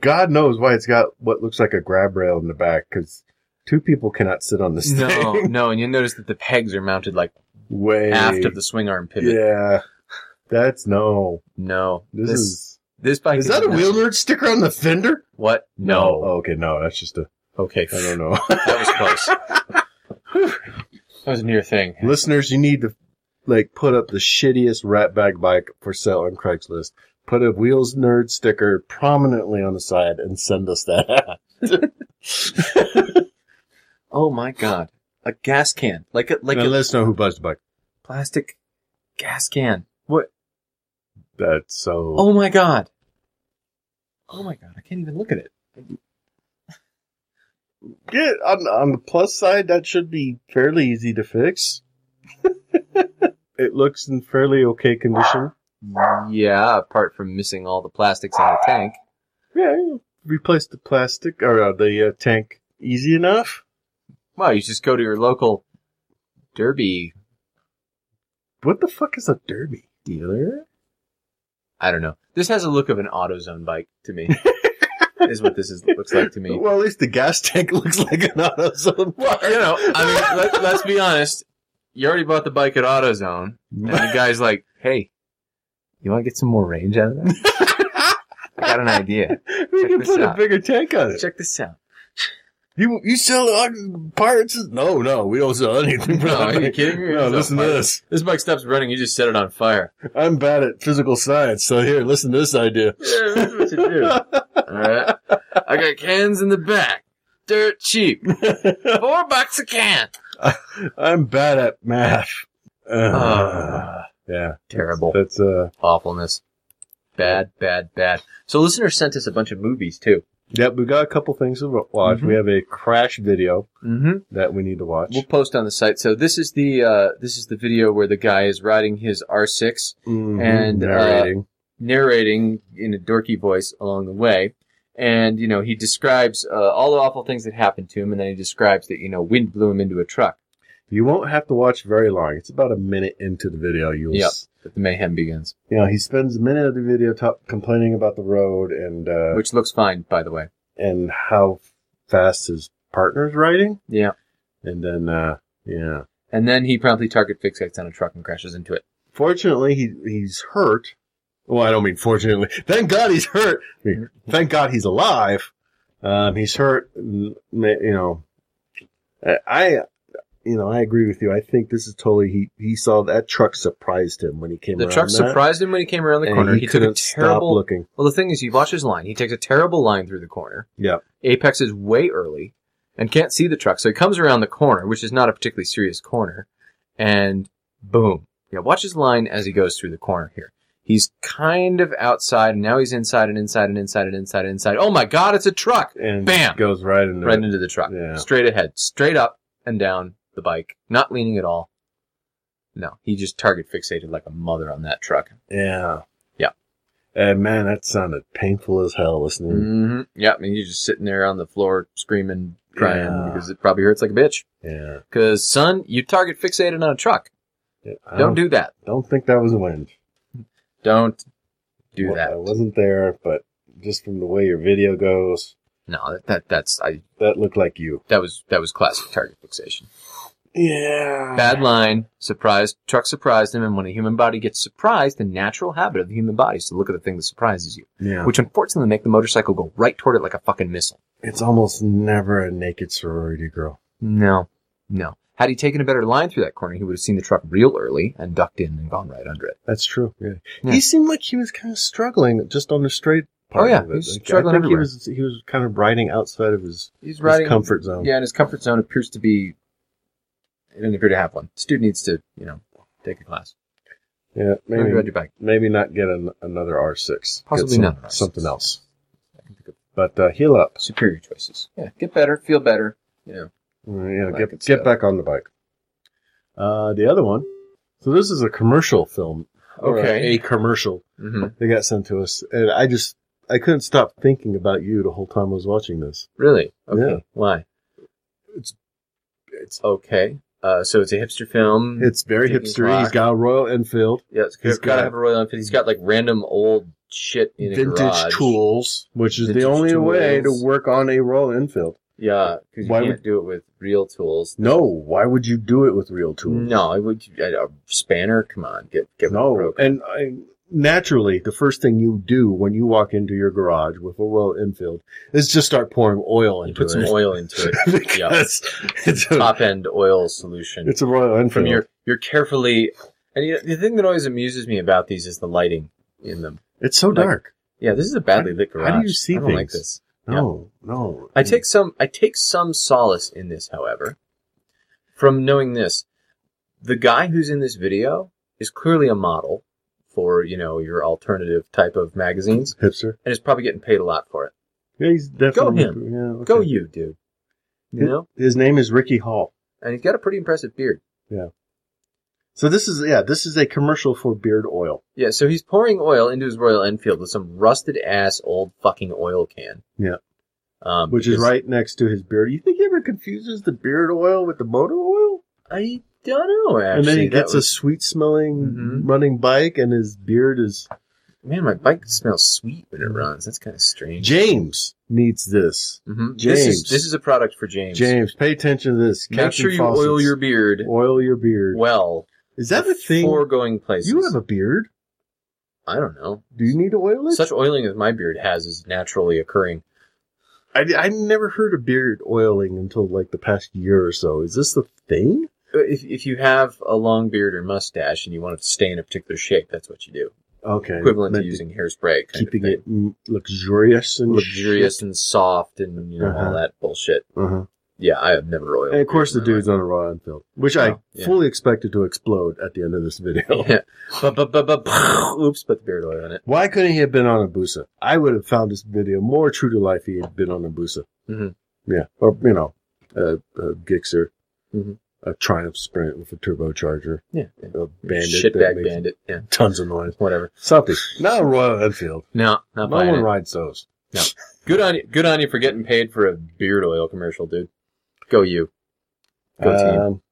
B: God knows why it's got what looks like a grab rail in the back because two people cannot sit on this
C: no,
B: thing.
C: no, and you'll notice that the pegs are mounted like
B: Way
C: aft of the swing arm pivot.
B: yeah, that's no.
C: No,
B: This, is
C: this bike
B: is that a wheel nerd sticker on the fender?
C: What?
B: Oh,
C: No.
B: okay, no, that's just a
C: Okay,
B: I don't know.
C: that was close. that was a near thing.
B: Listeners, you need to like put up the shittiest rat bag bike for sale on Craigslist. Put a wheels nerd sticker prominently on the side and send us that.
C: Oh my god, a gas can, like a like
B: like and
C: a
B: let us know who buzzed the bike.
C: plastic gas can. What?
B: That's so.
C: Oh my god. Oh my god, I can't even look at it.
B: Get on on the plus side, that should be fairly easy to fix. it looks in fairly okay condition.
C: Yeah, apart from missing all the plastics in the tank.
B: Yeah, replace the plastic or uh, the uh, tank easy enough.
C: Well, you just go to your local derby
B: What the fuck is a derby?
C: dealer? I don't know. This has a look of an AutoZone bike to me. is what this is looks like to me.
B: Well, at least the gas tank looks like an AutoZone.
C: You know, I mean, let, let's be honest. You already bought the bike at AutoZone, and the guy's like, "Hey, you want to get some more range out of that? I got an idea.
B: we
C: Check
B: can
C: this
B: put a
C: out.
B: bigger tank on it.
C: Check this out.
B: You you sell uh, parts? No, no, we don't sell anything.
C: No, are you kidding me?
B: No,
C: It's
B: listen to
C: not fire.
B: this.
C: This bike stops running. You just set it on fire.
B: I'm bad at physical science, so here, listen to this idea.
C: Yeah, that's what you do. All right. I got cans in the back. Dirt cheap. Four bucks a can.
B: I'm bad at math. Uh,
C: Ah.
B: yeah,
C: Terrible.
B: that's uh,
C: awfulness. Bad, bad, bad. So listeners sent us a bunch of movies too.
B: yep. We got a couple things to wa- watch.
C: Mhm.
B: We have a crash video
C: Mm-hmm.
B: that we need to watch.
C: We'll post on the site. So this is the uh, this is the video where the guy is riding his R6,
B: Mhm,
C: and, uh,
B: narrating.
C: narrating in a dorky voice along the way, and you know he describes uh, all the awful things that happened to him, and then he describes that you know wind blew him into a truck
B: you won't have to watch very long. It's about a minute into the video. You'll
C: Yep.
B: s-
C: that the mayhem begins,
B: you know, he spends a minute of the video talk, complaining about the road and uh,
C: which looks fine by the way.
B: and how fast his partner's riding,
C: Yeah,
B: and then uh, yeah.
C: and then he promptly target fixates on a truck and crashes into it.
B: Fortunately, he he's hurt. Well, I don't mean fortunately. Thank God he's hurt. I mean, thank God he's alive. Um, he's hurt. m- You know, I, I- you know, I agree with you. I think this is totally. He he saw that truck surprised him when he came.
C: The
B: around
C: truck
B: that,
C: surprised him when he came around the
B: and
C: corner.
B: He,
C: He, took a
B: couldn't stop
C: terrible.
B: looking.
C: Well, the thing is, you watch his line. He takes a terrible line through the corner.
B: Yeah.
C: Apex is way early and can't see the truck. So he comes around the corner, which is not a particularly serious corner, and boom. Yeah, watch his line as he goes through the corner here. He's kind of outside, and now he's inside and inside and inside and inside and inside. Oh my god, it's a truck!
B: And
C: Bam!
B: goes right into
C: Right into the truck.
B: Yeah.
C: Straight ahead, straight up and down the bike, not leaning at all. No, he just target fixated like a mother on that truck.
B: Yeah.
C: Yeah.
B: And man, that sounded painful as hell listening.
C: Mm-hmm. Yeah, and you're just sitting there on the floor screaming, crying
B: Yeah.
C: because it probably hurts like a bitch.
B: Yeah.
C: Because son, you target fixated on a truck.
B: I
C: Don't do that.
B: Don't think that was a wind.
C: Don't do
B: Well,
C: that.
B: I wasn't there, but just from the way your video goes,
C: No, that, that that's I
B: that looked like you.
C: that was that was classic target fixation.
B: Yeah.
C: Bad line. Surprised. Truck surprised him, and when a human body gets surprised, the natural habit of the human body is to look at the thing that surprises you,
B: Yeah.
C: which unfortunately make the motorcycle go right toward it like a fucking missile.
B: It's almost never a naked sorority girl.
C: No, no. Had he taken a better line through that corner, he would have seen the truck real early and ducked in and gone right under it.
B: That's true. Yeah.
C: Yeah.
B: He seemed like he was kind of struggling just on the straight part
C: Oh, yeah.
B: of it.
C: He was
B: Like,
C: struggling
B: I think he
C: everywhere.
B: was he was kind of riding outside of his,
C: He's
B: his comfort zone.
C: Yeah, and his comfort zone appears to be. It doesn't appear to have one. Student needs to, you know, take a class.
B: Yeah,
C: Maybe,
B: maybe
C: ride your bike.
B: maybe not get an, another R6. Get
C: Possibly
B: some-
C: not an R6.
B: Something else.
C: I can think of
B: But uh, heal up.
C: superior choices. Yeah, get better, feel better. You know,
B: Mm,
C: Like
B: Yeah, get
C: it's,
B: get
C: uh,
B: back on the bike. Uh, the other one. So this is a commercial film. or a-
C: Okay.
B: a commercial.
C: mm-hmm.
B: They got sent to us, and I just I couldn't stop thinking about you the whole time I was watching this.
C: really? Okay,
B: Yeah.
C: why?
B: It's-
C: it's okay. Uh, so it's a hipster film.
B: It's very
C: Taking
B: hipstery. He's
C: clock.
B: got a Royal Enfield,
C: yeah. It's,
B: he's
C: he's got to
B: got
C: have a Royal Enfield. He's got like random old shit in a
B: vintage
C: garage.
B: tools, which is
C: Vintage
B: the only way
C: tools.
B: to work on a Royal Enfield.
C: Yeah, because you
B: Why
C: can't
B: would-
C: do it with real tools.
B: No, why would you do it with real tools?
C: No, I would a spanner. Come on, get get
B: No,
C: broke.
B: and I, naturally, the first thing you do when you walk into your garage with a Royal Enfield is just start pouring oil
C: You
B: into
C: put
B: it.
C: some oil into it.
B: because it's, a,
C: Top end oil solution
B: it's a Royal Enfield.
C: from your your carefully. And you know, the thing that always amuses me about these is the lighting in them.
B: it's so
C: like,
B: dark.
C: Yeah, this is a badly lit
B: How
C: garage.
B: do you see
C: I don't like
B: things? Hmm.
C: this.
B: No, no.
C: I take some I take some solace in this, however, from knowing this. The guy who's in this video is clearly a model for, you know, your alternative type of magazines
B: hipster.
C: and is probably getting paid a lot for it.
B: Yeah, he's definitely
C: him.
B: Yeah, okay.
C: Go you, dude. You
B: His-
C: know?
B: His name is Ricky Hall.
C: And he's got a pretty impressive beard.
B: So this is yeah, this is a commercial for beard oil.
C: Yeah, so he's pouring oil into his Royal Enfield with some rusted ass old fucking oil can.
B: Yeah.
C: Um,
B: Which is
C: because-
B: right next to his beard. You think he ever confuses the beard oil with the motor oil?
C: I don't know, actually.
B: and then he
C: That
B: gets a
C: was-
B: sweet smelling
C: Mhm.
B: running bike and his beard is
C: Man, my bike smells sweet when it
B: Mm-hmm.
C: runs. That's kind of strange.
B: James needs this.
C: Mhm. This is
B: James.
C: this is a product for James.
B: James, pay attention to this.
C: make
B: Captain
C: sure you
B: Fawcett's.
C: oil your beard
B: oil your beard.
C: well.
B: Is that a thing?
C: Before going places.
B: You have a beard.
C: I don't know.
B: Do you need to oil it?
C: Such oiling as my beard has is naturally occurring.
B: I, I never heard of beard oiling until like the past year or so. Is this the thing?
C: Uh, If if you have a long beard or mustache and you want it to stay in a particular shape, that's what you do.
B: Okay.
C: Equivalent
B: meant
C: to using hairspray. Kind
B: keeping
C: of thing.
B: it mm, luxurious and
C: luxurious and soft and you know all
B: Uh-huh.
C: that bullshit.
B: uh
C: Yeah, I have never oiled.
B: And of course, the
C: beards in my
B: dude's on
C: life.
B: a raw Enfield, which I
C: Oh, yeah.
B: fully expected to explode at the end of this video.
C: Yeah. Ba- ba- ba- ba- Oops, put the beard oil on it.
B: Why couldn't he have been on a Busa? I would have found this video more true to life if he had been on a Busa.
C: Mhm.
B: Yeah, or you know, a, a Gixxer,
C: Mhm.
B: a Triumph Sprint with a turbocharger,
C: Yeah.
B: a Bandit that
C: Shitbag
B: makes
C: bandit. Yeah.
B: tons of noise,
C: Whatever.
B: something. Not a Royal Enfield.
C: No,
B: No
C: not buying
B: one
C: it.
B: rides those.
C: Good on you. Good on you for getting paid for a beard oil commercial, dude. Go you. Go team.
B: Um,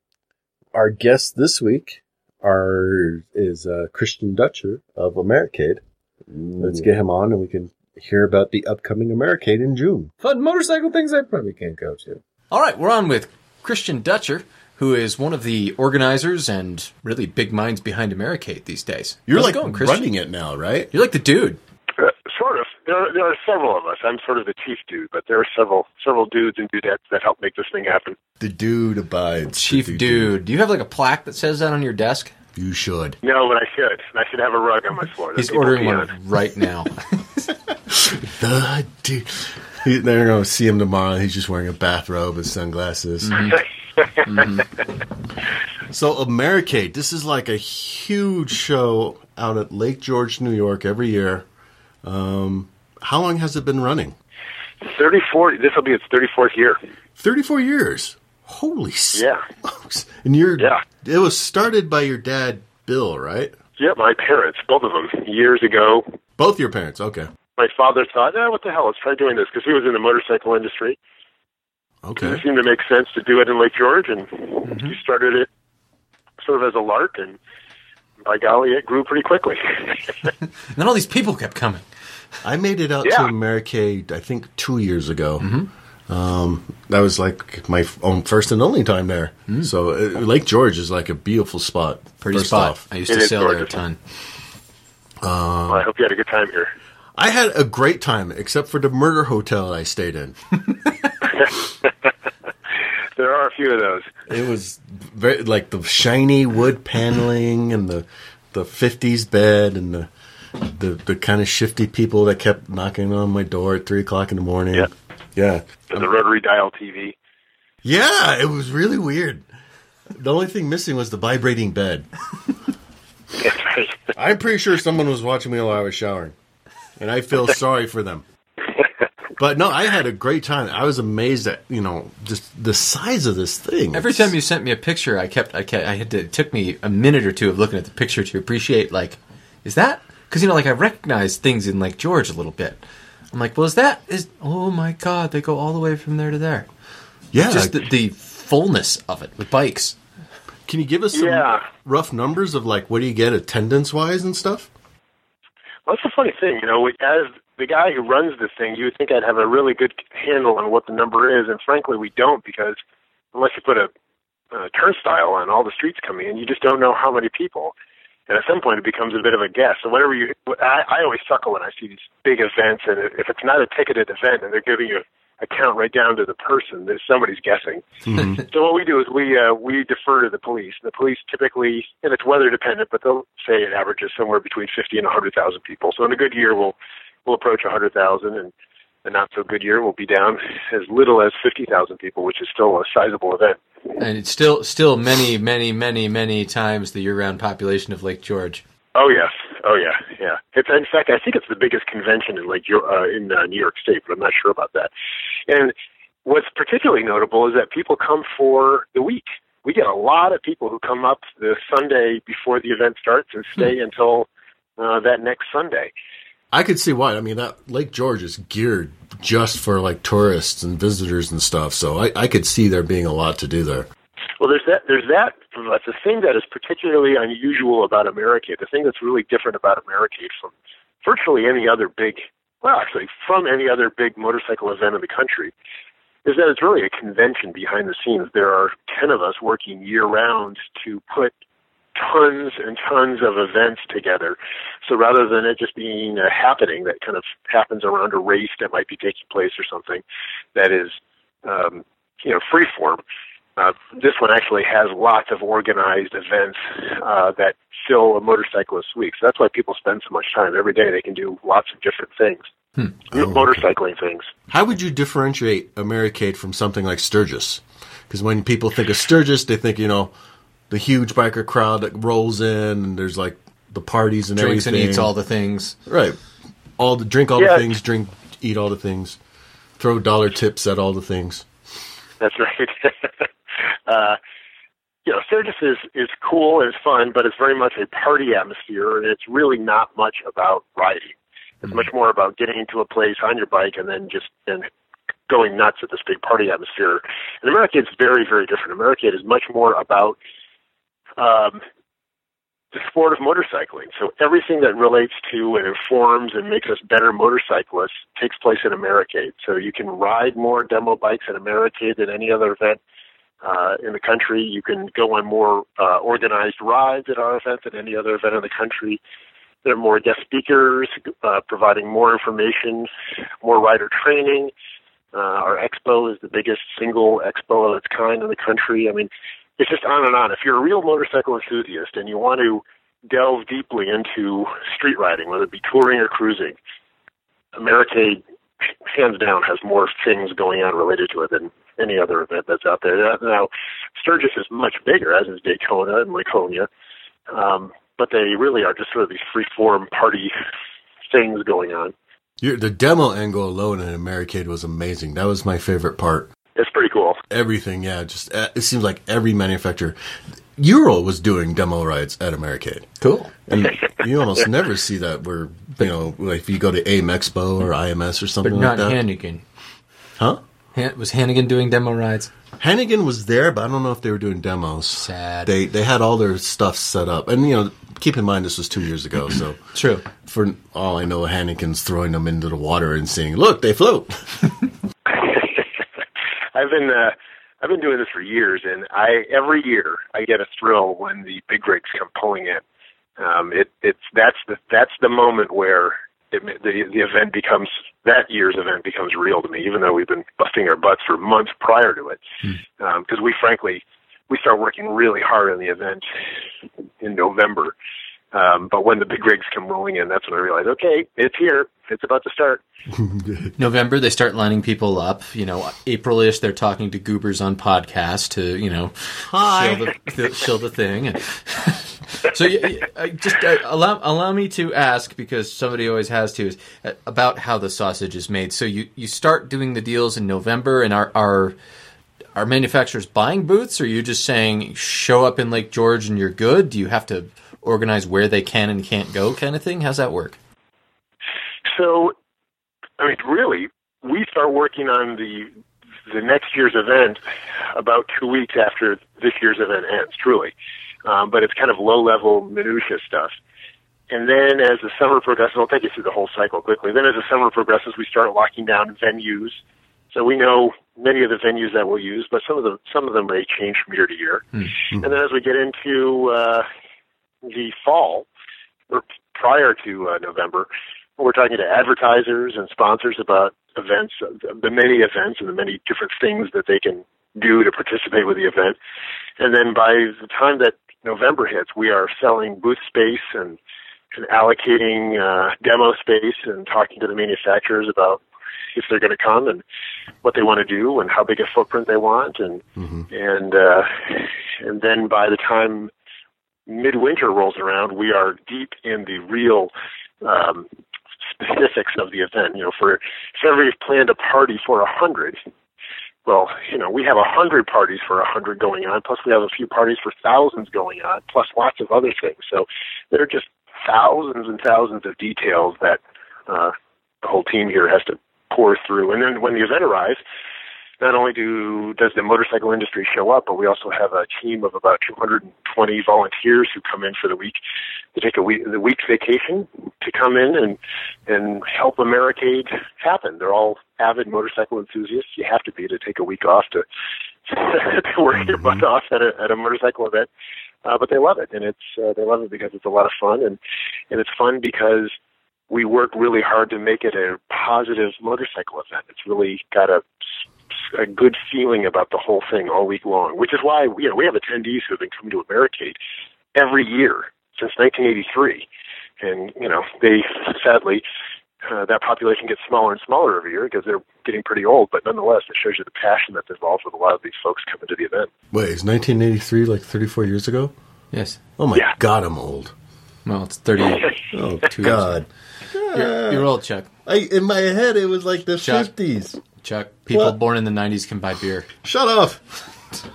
B: our guest this week are is uh, Christian Dutcher of Americade. Let's get him on, and we can hear about the upcoming Americade in June.
C: fun motorcycle things I probably can't go to.
D: All right, we're on with Christian Dutcher, who is one of the organizers and really big minds behind Americade these days.
E: You're
D: How's it
E: like
D: going, Christian.
E: running it now, right?
D: You're like the dude.
F: Uh, sort of. There are, there are several of us. I'm sort of the chief dude, but there are several several dudes and dudettes that help make this thing happen.
E: The dude abides.
D: Chief
E: The
D: dude. Do you have like a plaque that says that on your desk?
E: You should.
F: No, but I should. And I should have a rug on my floor. that
D: He's
F: people
D: ordering
F: pee
D: one
F: on.
D: right now.
E: The dude. He- They're going to see him tomorrow. He's just wearing a bathrobe and sunglasses.
F: Mm-hmm.
E: So, Americade, this is like a huge show out at Lake George, New York every year. Um, how long has it been running?
F: 34. This will be its 34th year.
E: 34 years. Holy
F: Yeah.
E: smokes. And you're,
F: Yeah.
E: it was started by your dad, Bill, right?
F: Yeah, my parents, both of them, years ago.
E: Both your parents. Okay.
F: My father thought, eh, what the hell, let's try doing this, because he was in the motorcycle industry.
E: Okay.
F: It seemed to make sense to do it in Lake George, and
D: Mm-hmm.
F: he started it sort of as a lark, and by golly, it grew pretty quickly.
D: and then all these people kept coming.
E: I made it out
F: Yeah.
E: to Americade, I think, two years ago.
C: Mm-hmm.
B: Um, that was like my f- own first and only time there. So uh, Lake George is like a beautiful spot.
C: Mm-hmm. Pretty
B: first
C: spot.
B: off.
C: I used
F: It
C: to
F: is
C: sail there a
F: gorgeous.
C: ton.
F: Well, I hope you had a good time here.
B: I had a great time, except for the murder hotel I stayed in.
F: There are a few of those.
B: It was very like the shiny wood paneling and the the fifties bed and the the the kind of shifty people that kept knocking on my door at three o'clock in the morning.
F: Yeah.
B: Yeah.
F: The, the rotary dial TV.
B: Yeah, it was really weird. The only thing missing was the vibrating bed.
F: That's right.
B: I'm pretty sure someone was watching me while I was showering. And I feel sorry for them. But no, I had a great time. I was amazed at, you know, just the size of this thing.
C: Every time you sent me a picture, I kept, I kept, I had to. It took me a minute or two of looking at the picture to appreciate, like, is that? Because you know, like, I recognize things in Lake George a little bit. I'm like, well, is that? Is oh my god, they go all the way from there to there.
B: yeah,
C: Just the, the fullness of it with bikes.
B: Can you give us some
F: Yeah.
B: rough numbers of like what do you get attendance wise and stuff?
F: Well, that's the funny thing, you know. we- As the guy who runs this thing, you would think I'd have a really good handle on what the number is, and frankly, we don't because unless you put a, a turnstile on all the streets coming in, you just don't know how many people. And at some point, it becomes a bit of a guess. So whenever you, I, I always chuckle when I see these big events, and if it's not a ticketed event and they're giving you a count right down to the person, there's somebody's guessing. So what we do is we uh, we defer to the police. The police typically, and it's weather dependent, but they'll say it averages somewhere between fifty and a hundred thousand people. So in a good year, we'll we'll approach a hundred thousand, and a not so good year, we'll be down as little as fifty thousand people, which is still a sizable event.
C: And it's still, still many, many, many, many times the year-round population of Lake George.
F: Oh yes, oh yeah, yeah. It's in fact, I think it's the biggest convention in like Eu- uh, in uh, New York State, but I'm not sure about that. And what's particularly notable is that people come for the week. We get a lot of people who come up the Sunday before the event starts and stay until uh, that next Sunday.
B: I could see why. I mean, that Lake George is geared just for like tourists and visitors and stuff. So I, I could see there being a lot to do there.
F: Well, there's that. There's that. That's the thing that is particularly unusual about Americade. The thing that's really different about Americade from virtually any other big, well, actually from any other big motorcycle event in the country, is that it's really a convention behind the scenes. There are ten of us working year round to put tons and tons of events together. So rather than it just being a happening that kind of happens around a race that might be taking place or something that is, um, you know, free form. Uh, this one actually has lots of organized events uh, that fill a motorcyclist's week. So that's why people spend so much time every day. They can do lots of different things, M- motorcycling things.
B: How would you differentiate Americade from something like Sturgis? Because when people think of Sturgis, they think, you know, the huge biker crowd that rolls in and there's like the parties and
C: Drinks and
B: everything.
C: eats all the things.
B: Right. All the drink all
F: Yeah.
B: the things, drink eat all the things, throw dollar tips at all the things.
F: That's right. uh, you know, Sturgis is, is cool and it's fun, but it's very much a party atmosphere, and it's really not much about riding. It's much more about getting into a place on your bike and then just and going nuts at this big party atmosphere. And Americade is very, very different. Americade is much more about um, the sport of motorcycling. So everything that relates to and informs and makes us better motorcyclists takes place in Americade. So you can ride more demo bikes in Americade than any other event uh, in the country. You can go on more uh, organized rides at our event than any other event in the country. There are more guest speakers uh, providing more information, more rider training. Uh, our expo is the biggest single expo of its kind in the country. I mean, it's just on and on. If you're a real motorcycle enthusiast and you want to delve deeply into street riding, whether it be touring or cruising, Americade hands down has more things going on related to it than any other event that's out there. Now, Sturgis is much bigger, as is Daytona and Laconia, um, but they really are just sort of these free-form party things going on.
B: Your, the demo angle alone in Americade was amazing. That was my favorite part.
F: It's pretty cool.
B: Everything, yeah. Just uh, it seems like every manufacturer, Ural was doing demo rides at Americade.
C: Cool.
B: And you almost never see that where you know, like if you go to AIM Expo or IMS or
C: But
B: something like
C: not
B: that,
C: Hannigan.
B: huh?
C: Han- was Hannigan doing demo rides?
B: Hannigan was there, but I don't know if they were doing demos.
C: Sad.
B: They they had all their stuff set up, and you know, keep in mind this was two years ago, so
C: True.
B: for all I know, Hannigan's throwing them into the water and saying, "Look, they float."
F: I've been uh, I've been doing this for years, and I every year I get a thrill when the big rigs come pulling in. Um, it it's that's the that's the moment where it, the the event becomes that year's event becomes real to me, even though we've been busting our butts for months prior to it, because we frankly we start working really hard on the event in November. Um, but when the big rigs come rolling in, that's when I realize, okay, it's here, it's about to start.
C: November, they start lining people up. You know, April ish, they're talking to goobers on podcast to, you know, shill the, the, shill the thing. so, you, you- I just uh, allow, allow me to ask, because somebody always has to, is uh, about how the sausage is made. So, you, you start doing the deals in November, and are, are, are manufacturers buying booths, or are you just saying, show up in Lake George and you're good? Do you have to organize where they can and can't go, kind of thing? How's that work?
F: So, I mean, really, we start working on the the next year's event about two weeks after this year's event ends. Truly, um, but it's kind of low level minutia stuff. And then, as the summer progresses, I'll take you through the whole cycle quickly. Then, as the summer progresses, we start locking down venues. So we know many of the venues that we'll use, but some of the some of them may change from year to year. And then, as we get into uh, the fall, or prior to uh, November, we're talking to advertisers and sponsors about events, the many events and the many different things that they can do to participate with the event. And then by the time that November hits, we are selling booth space and, and allocating uh, demo space and talking to the manufacturers about if they're going to come and what they want to do and how big a footprint they want and and uh, and then by the time midwinter rolls around, we are deep in the real um, specifics of the event. You know, for if everybody's planned a party for a hundred, well, you know, we have a hundred parties for a hundred going on, plus we have a few parties for thousands going on, plus lots of other things. So there are just thousands and thousands of details that uh, the whole team here has to pour through. And then when the event arrives, not only do does the motorcycle industry show up, but we also have a team of about 220 volunteers who come in for the week to take a week, the week's vacation to come in and and help Americade happen. They're all avid motorcycle enthusiasts. You have to be to take a week off to to work your butt off at a at a motorcycle event, uh, but they love it, and it's uh, they love it because it's a lot of fun, and and it's fun because we work really hard to make it a positive motorcycle event. It's really got a a good feeling about the whole thing all week long, which is why you know we have attendees who have been coming to Americade every year since 1983, and you know they sadly uh, that population gets smaller and smaller every year because they're getting pretty old. But nonetheless, it shows you the passion that's involved with a lot of these folks coming to the event.
B: Wait, is 1983 like 34 years ago?
C: Yes.
B: Oh my
F: Yeah.
B: god, I'm old.
C: Well, it's 38.
B: Oh
C: Two years.
B: god.
C: You're, you're old, Chuck.
B: I, in my head it was like the
C: Chuck.
B: 50s.
C: Chuck, people
B: What?
C: born in the 90s can buy beer.
B: Shut up.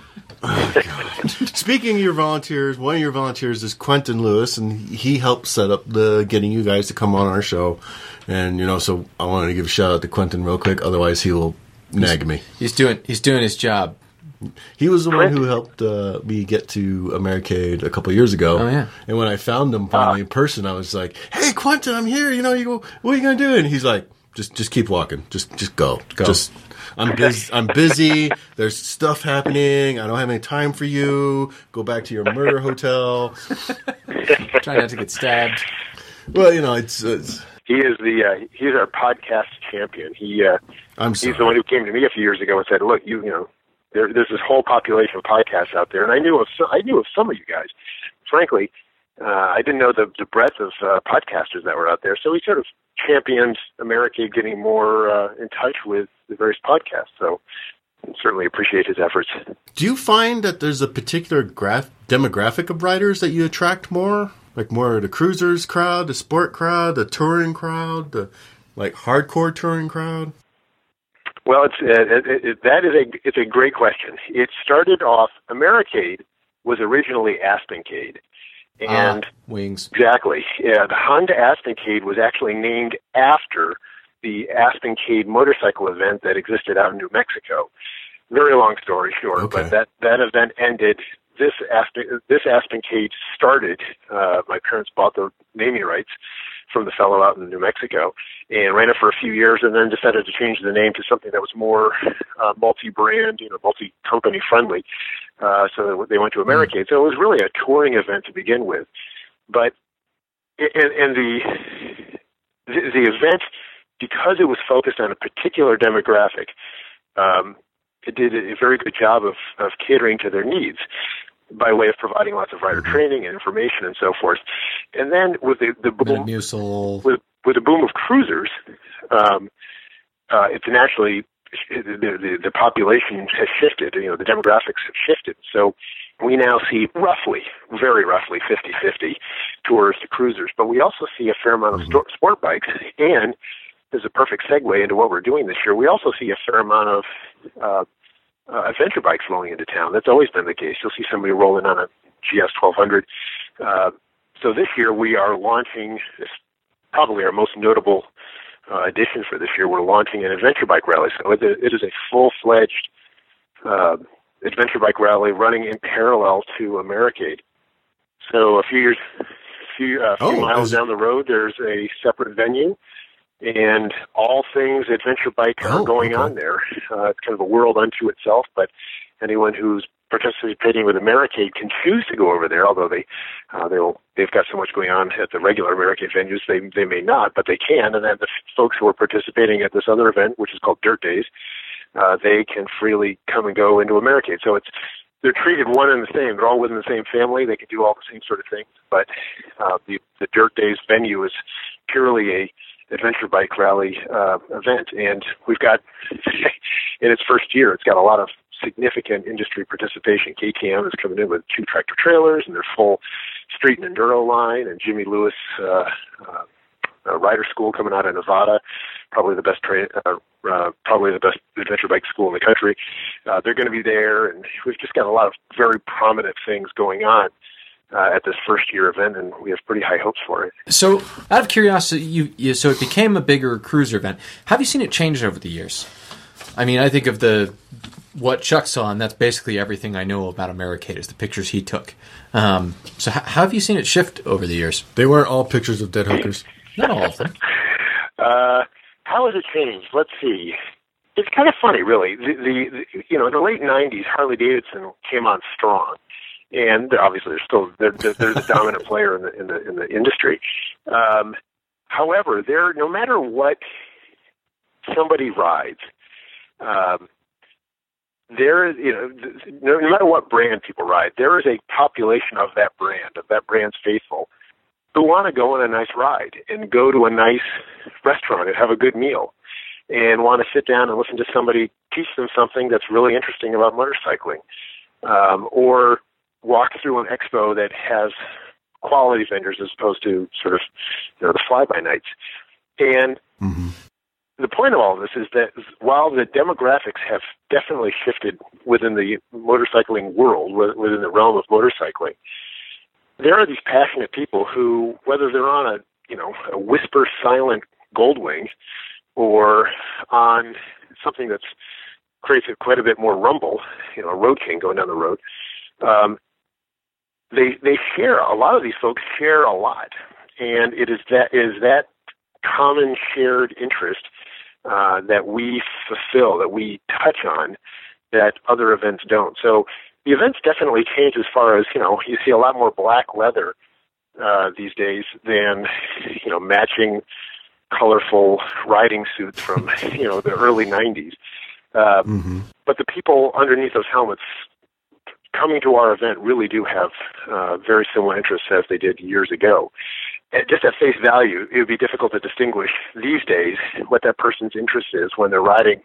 B: Oh, God. Speaking of your volunteers, one of your volunteers is Quentin Lewis, and he helped set up the getting you guys to come on our show. And you know, so I wanted to give a shout out to Quentin real quick. Otherwise, he will nag me.
C: He's doing he's doing his job.
B: He was the one who helped uh, me get to Americade a couple years ago.
C: Oh, yeah.
B: And when I found him finally in person, I was like, "Hey, Quentin, I'm here. You know, you go. What are you gonna do?" And he's like, "Just, just keep walking. Just, just go.
C: Go.
B: Just, I'm busy. I'm busy. There's stuff happening. I don't have any time for you. Go back to your murder hotel.
C: Try not to get stabbed.
B: Well, you know, it's, it's
F: He is the uh, he's our podcast champion. He uh,
B: I'm
F: He's the
B: sorry.
F: one who came to me a few years ago and said, "Look, you, you know, there, there's this whole population of podcasts out there, and I knew of some, I knew of some of you guys. Frankly, uh, I didn't know the, the breadth of uh, podcasters that were out there. So he sort of championed America getting more uh, in touch with the various podcasts. So certainly appreciate his efforts.
B: Do you find that there's a particular graph demographic of riders that you attract more? Like more of the cruisers crowd, the sport crowd, the touring crowd, the like hardcore touring crowd?
F: Well, it's uh, it, it, that is a it's a great question. It started off Americade was originally Aspencade,
C: Ah,
F: and
C: wings.
F: Exactly. Yeah, the Honda Aspencade was actually named after the Aspencade motorcycle event that existed out in New Mexico. Very long story short,
B: Okay.
F: but that that event ended. This Aspen this Aspencade started. Uh, my parents bought the naming rights from the fellow out in New Mexico, and ran it for a few years, and then decided to change the name to something that was more uh, multi-brand, you know, multi-company friendly. Uh, so they went to Americade. So it was really a touring event to begin with, but and, and the, the the event because it was focused on a particular demographic. Um, it did a very good job of, of catering to their needs by way of providing lots of rider training and information and so forth. And then with the, the boom
D: Metamucil.
F: with with the boom of cruisers, um, uh, it's naturally the, the the population has shifted. You know, the demographics have shifted. So we now see roughly, very roughly, 50-50 tours to cruisers. But we also see a fair amount of sto- sport bikes, and this is a perfect segue into what we're doing this year. We also see a fair amount of uh, uh, adventure bikes rolling into town. That's always been the case. You'll see somebody rolling on a GS 1200. Uh, so this year we are launching this probably our most notable uh, addition for this year. We're launching an adventure bike rally. So it, it is a full fledged uh, adventure bike rally running in parallel to Americade. So a few years, few, uh, few
E: Oh,
F: miles
E: is-
F: down the road, there's a separate venue. And all things adventure bike are
E: Oh,
F: going
E: okay.
F: on there. Uh, it's kind of a world unto itself, but anyone who's participating with Americade can choose to go over there, although they uh, they'll they've got so much going on at the regular American venues they they may not, but they can. And then the folks who are participating at this other event, which is called Dirt Days, uh, they can freely come and go into Americade. So it's they're treated one and the same. They're all within the same family. They can do all the same sort of things. But uh, the the Dirt Days venue is purely a adventure bike rally uh, event, and we've got in its first year, it's got a lot of significant industry participation. KTM is coming in with two tractor trailers and their full street and enduro line, and Jimmy Lewis uh, uh, uh, Rider School coming out of Nevada, probably the best tra- uh, uh, probably the best adventure bike school in the country. Uh, they're going to be there, and we've just got a lot of very prominent things going on. Uh, at this first year event, and we have pretty high hopes for it.
D: So, out of curiosity, you, you so it became a bigger cruiser event. Have you seen it change over the years? I mean, I think of the what Chuck saw, and that's basically everything I know about Americade is the pictures he took. Um, so, h- how have you seen it shift over the years?
E: They weren't all pictures of dead hookers.
D: Not all of them.
F: Uh, how has it changed? Let's see. It's kind of funny, really. The, the, the you know, in the late '90s, Harley Davidson came on strong, and they're obviously they're still they're, they're, they're the dominant player in the in the in the industry. Um, however, they're no matter what somebody rides, um, there is you know th- no, no matter what brand people ride, there is a population of that brand of that brand's faithful who want to go on a nice ride and go to a nice restaurant and have a good meal and want to sit down and listen to somebody teach them something that's really interesting about motorcycling um, or walk through an expo that has quality vendors as opposed to sort of you know the fly by nights and
E: Mm-hmm.
F: the point of all this is that while the demographics have definitely shifted within the motorcycling world, wi- within the realm of motorcycling, there are these passionate people who, whether they're on a you know a whisper silent Goldwing or on something that's creates a- quite a bit more rumble, you know, a road king going down the road, um, they they share a lot of these folks share a lot, and it is that is that common shared interest uh, that we fulfill, that we touch on, that other events don't. So the events definitely change as far as you know. You see a lot more black leather uh, these days than you know matching colorful riding suits from you know the early '90s. Uh,
E: Mm-hmm.
F: but the people underneath those helmets coming to our event really do have uh, very similar interests as they did years ago. At just at face value, it would be difficult to distinguish these days what that person's interest is when they're riding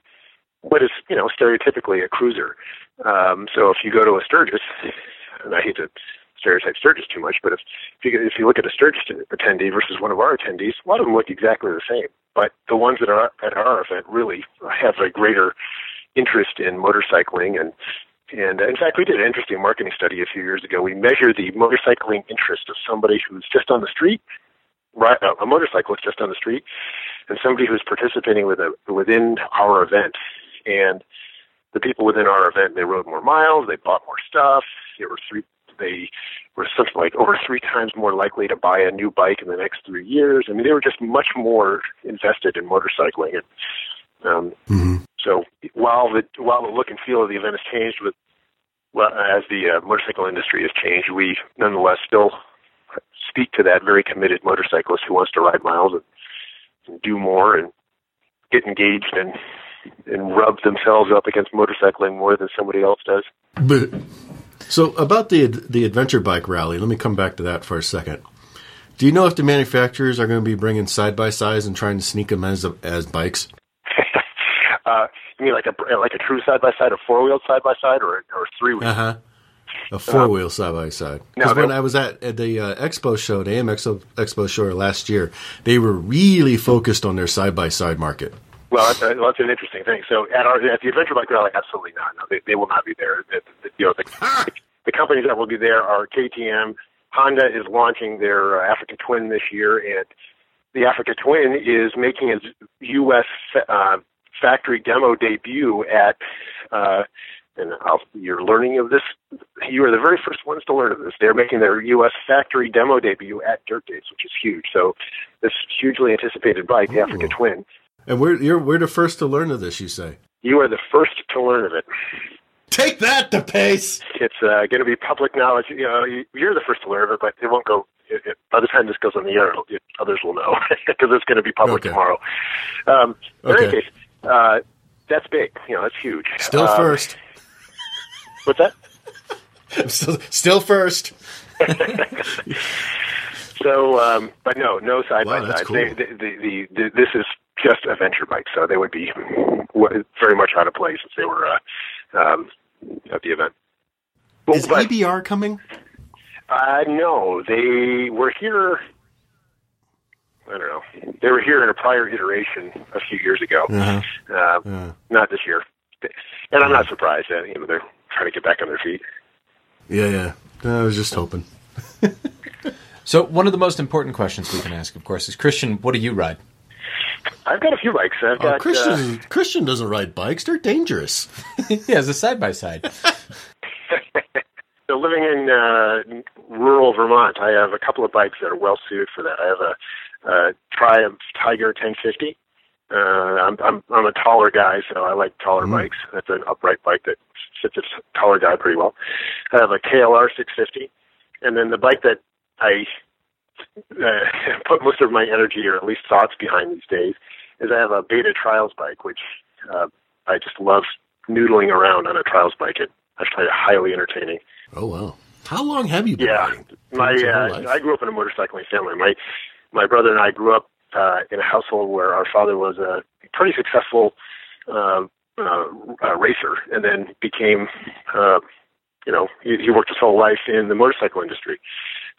F: what is, you know, stereotypically a cruiser. Um, so if you go to a Sturgis, and I hate to stereotype Sturgis too much, but if, if, you, if you look at a Sturgis attendee versus one of our attendees, a lot of them look exactly the same. But the ones that are at our event really have a greater interest in motorcycling and and uh, in fact we did an interesting marketing study a few years ago we measure the motorcycling interest of somebody who's just on the street right uh, a motorcyclist just on the street and somebody who's participating with a within our event and the people within our event they rode more miles they bought more stuff they were three they were something like over three times more likely to buy a new bike in the next three years. I mean, they were just much more invested in motorcycling. And, um,
B: mm-hmm.
F: so while the while the look and feel of the event has changed with well as the uh, motorcycle industry has changed, we nonetheless still speak to that very committed motorcyclist who wants to ride miles and, and do more and get engaged and and rub themselves up against motorcycling more than somebody else does.
B: But so about the the adventure bike rally, let me come back to that for a second. Do you know if the manufacturers are going to be bringing side by sides and trying to sneak them as as bikes?
F: Uh, you mean like a like a true side by side, a four wheeled side by side, or or three wheel?
B: Uh huh. A four wheel side by side. Because
F: No,
B: when
F: they-
B: I was at, at the uh, expo show, the AM Expo, expo show last year, they were really focused on their side by side market.
F: Well, that's, uh, that's an interesting thing. So at our at the adventure bike rally, absolutely not. No, they, they will not be there. The, the- you know, the, the companies that will be there are KTM. Honda is launching their uh, Africa Twin this year, and the Africa Twin is making its U.S. fa- Uh, factory demo debut at. Uh, and I'll, you're learning of this. You are the very first ones to learn of this. They're making their U.S. factory demo debut at Dirt Days, which is huge. So, this hugely anticipated bike, the Africa Twin,
B: And we're you're, we're the first to learn of this, you say?
F: you are the first to learn of it.
B: Take that, the pace.
F: It's uh, going to be public knowledge. You know, you- you're the first to learn of it, but it won't go. It, it, by the time this goes on the air, it'll- it, others will know because it's going to be public
B: Okay.
F: tomorrow. Um, in any
B: Okay.
F: case, uh, that's big. You know, that's huge.
B: Still
F: Uh,
B: first.
F: What's that?
B: Still, still first.
F: So, um, but no, no side
B: Wow,
F: by
B: that's
F: side.
B: cool.
F: They, the, the, the, this is just a venture bike, so they would be w- very much out of place if they were uh, um, at the event. But-
B: Is
F: but-
B: EBR coming?
F: Uh, no, they were here. I don't know. They were here in a prior iteration a few years ago.
B: Uh-huh.
F: Uh,
B: Uh,
F: not this year, and I'm not surprised. That, you know, they're trying to get back on their feet.
B: yeah, yeah. I was just hoping.
C: So one of the most important questions we can ask, of course, is Christian, what do you ride?
F: I've got a few bikes. I've
B: Oh,
F: got
B: Christian,
F: uh,
B: Christian doesn't ride bikes. They're dangerous.
C: yeah, as a side by side.
F: so living in uh, rural Vermont. I have a couple of bikes that are well suited for that. I have a uh, Triumph Tiger 1050. Uh, I'm, I'm I'm a taller guy, so I like taller bikes. That's an upright bike that fits a s- taller guy pretty well. I have a KLR 650, and then the bike that I uh, put most of my energy or at least thoughts behind these days is I have a Beta Trials bike, which uh, I just love noodling around on a trials bike. It I find it highly entertaining.
B: Oh wow! How long have you been?
F: Yeah,
B: riding?
F: my
B: Your whole
F: uh,
B: life?
F: I grew up in a motorcycling family. My my brother and I grew up uh, in a household where our father was a pretty successful uh, uh, uh, racer, and then became, uh, you know, he, he worked his whole life in the motorcycle industry.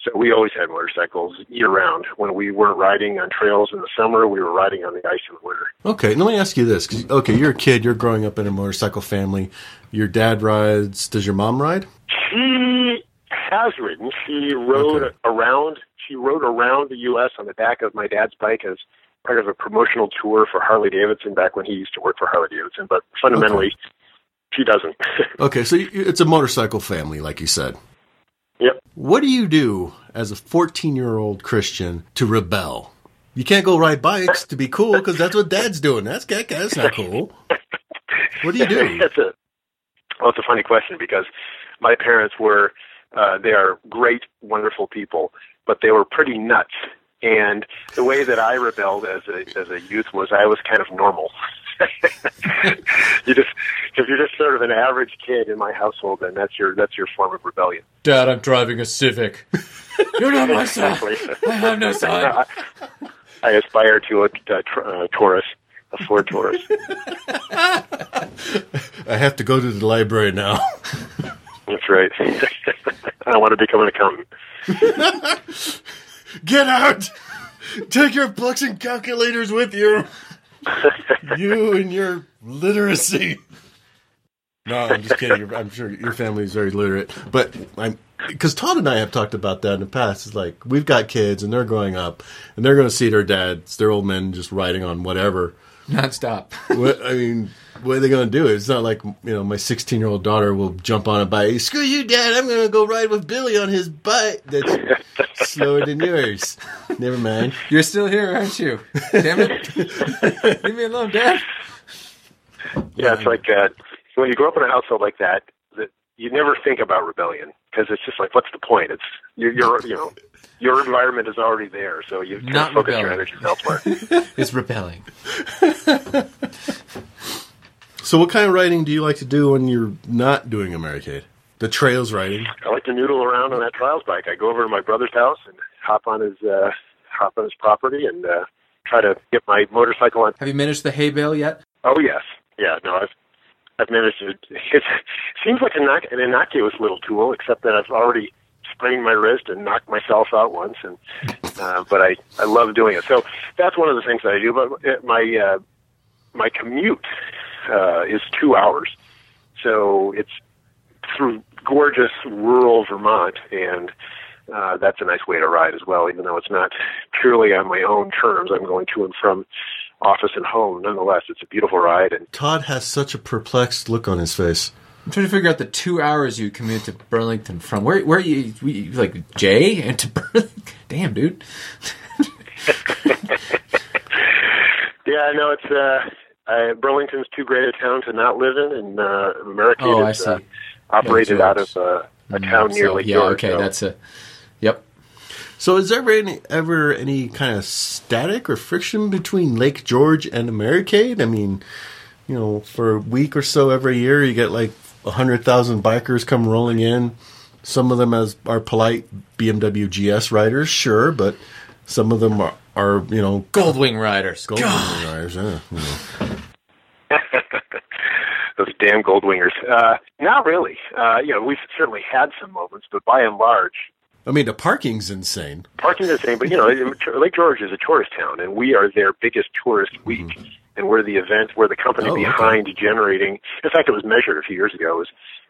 F: So we always had motorcycles year round. When we weren't riding on trails in the summer, we were riding on the ice in the winter.
B: Okay, now let me ask you this. 'cause- okay, you're a kid. You're growing up in a motorcycle family. Your dad rides. Does your mom ride?
F: She has ridden. She rode
B: Okay.
F: around. She rode around the U.S. on the back of my dad's bike as part of a promotional tour for Harley Davidson back when he used to work for Harley Davidson. But fundamentally, she doesn't.
B: Okay, so you, it's a motorcycle family, like you said.
F: Yep.
B: What do you do as a 14 year old Christian to rebel? You can't go ride bikes to be cool because that's what dad's doing. That's that- that's not cool. What do you do?
F: That's a well, it's a funny question because my parents were uh, they are great, wonderful people, but they were pretty nuts. And the way that I rebelled as a as a youth was I was kind of normal. you just if you're just sort of an average kid in my household, then that's your that's your form of rebellion.
C: Dad, I'm driving a Civic. You're not my son.
F: Exactly.
C: I have no son.
F: I aspire to a, a, tr- a Taurus, a Ford Taurus.
B: I have to go to the library now.
F: That's right. I want to become an accountant.
B: Get out! Take your books and calculators with you. you and your literacy. No, I'm just kidding. Your- I'm sure your family is very literate, but I'm because Todd and I have talked about that in the past. It's like we've got kids and they're growing up, and they're going to see their dads, their old men, just riding on whatever.
C: Nonstop.
B: What, I mean, what are they going to do? It's not like you know my 16 year old daughter will jump on a bike. Screw you, Dad! I'm going to go ride with Billy on his bike. That's slower than yours. Never mind.
C: You're still here, aren't you? Damn it! Leave me alone, Dad.
F: Yeah, it's like uh, when you grow up in a household like that, that you never think about rebellion because it's just like, what's the point? It's you're, you're you know, your environment is already there, so you kind
C: Not
F: of focus your
C: rebelling.
F: energies elsewhere.
C: It's rebelling.
B: So, what kind of writing do you like to do when you're not doing Americade? The trails writing.
F: I like to noodle around on that trials bike. I go over to my brother's house and hop on his uh, hop on his property and uh, try to get my motorcycle on.
C: Have you managed the hay bale yet?
F: Oh yes, yeah. No, I've I've managed to. It seems like an, innoc- an innocuous little tool, except that I've already sprained my wrist and knocked myself out once. And uh, but I I love doing it. So that's one of the things that I do. But uh, my uh, my commute uh, is two hours, so it's through gorgeous rural Vermont, and uh, that's a nice way to ride as well. Even though it's not purely on my own terms, I'm going to and from office and home. Nonetheless, it's a beautiful ride, and
B: Todd has such a perplexed look on his face.
C: I'm trying to figure out the two hours you commute to Burlington from. Where where are you, we- you like Jay and to Burlington? Damn, dude.
F: yeah, no, it's uh, uh, Burlington's too great a town to not live in, and uh, America
C: Oh, I
F: is
C: see.
F: uh, operated
C: Yeah,
F: out
C: it's-
F: of uh, a town near
C: So,
F: Lake
C: yeah,
F: George.
C: okay,
F: so-
C: that's a. Yep.
B: So, is there any, ever any kind of static or friction between Lake George and Americade? I mean, you know, for a week or so every year, you get like hundred thousand bikers come rolling in. Some of them as are polite BMW GS riders, sure, but some of them are, are you know,
C: Goldwing Riders.
B: gold riders. Yeah, you know.
F: those damn gold wingers. Uh, not really. Uh, you know, we've certainly had some moments, but by and large,
B: I mean, the parking's insane.
F: parking is the same. But you know, Lake George is a tourist town, and we are their biggest tourist week. And we're the event, we're the company
B: Mm-hmm. Oh, okay.
F: behind generating. In fact, it was measured a few years ago. It was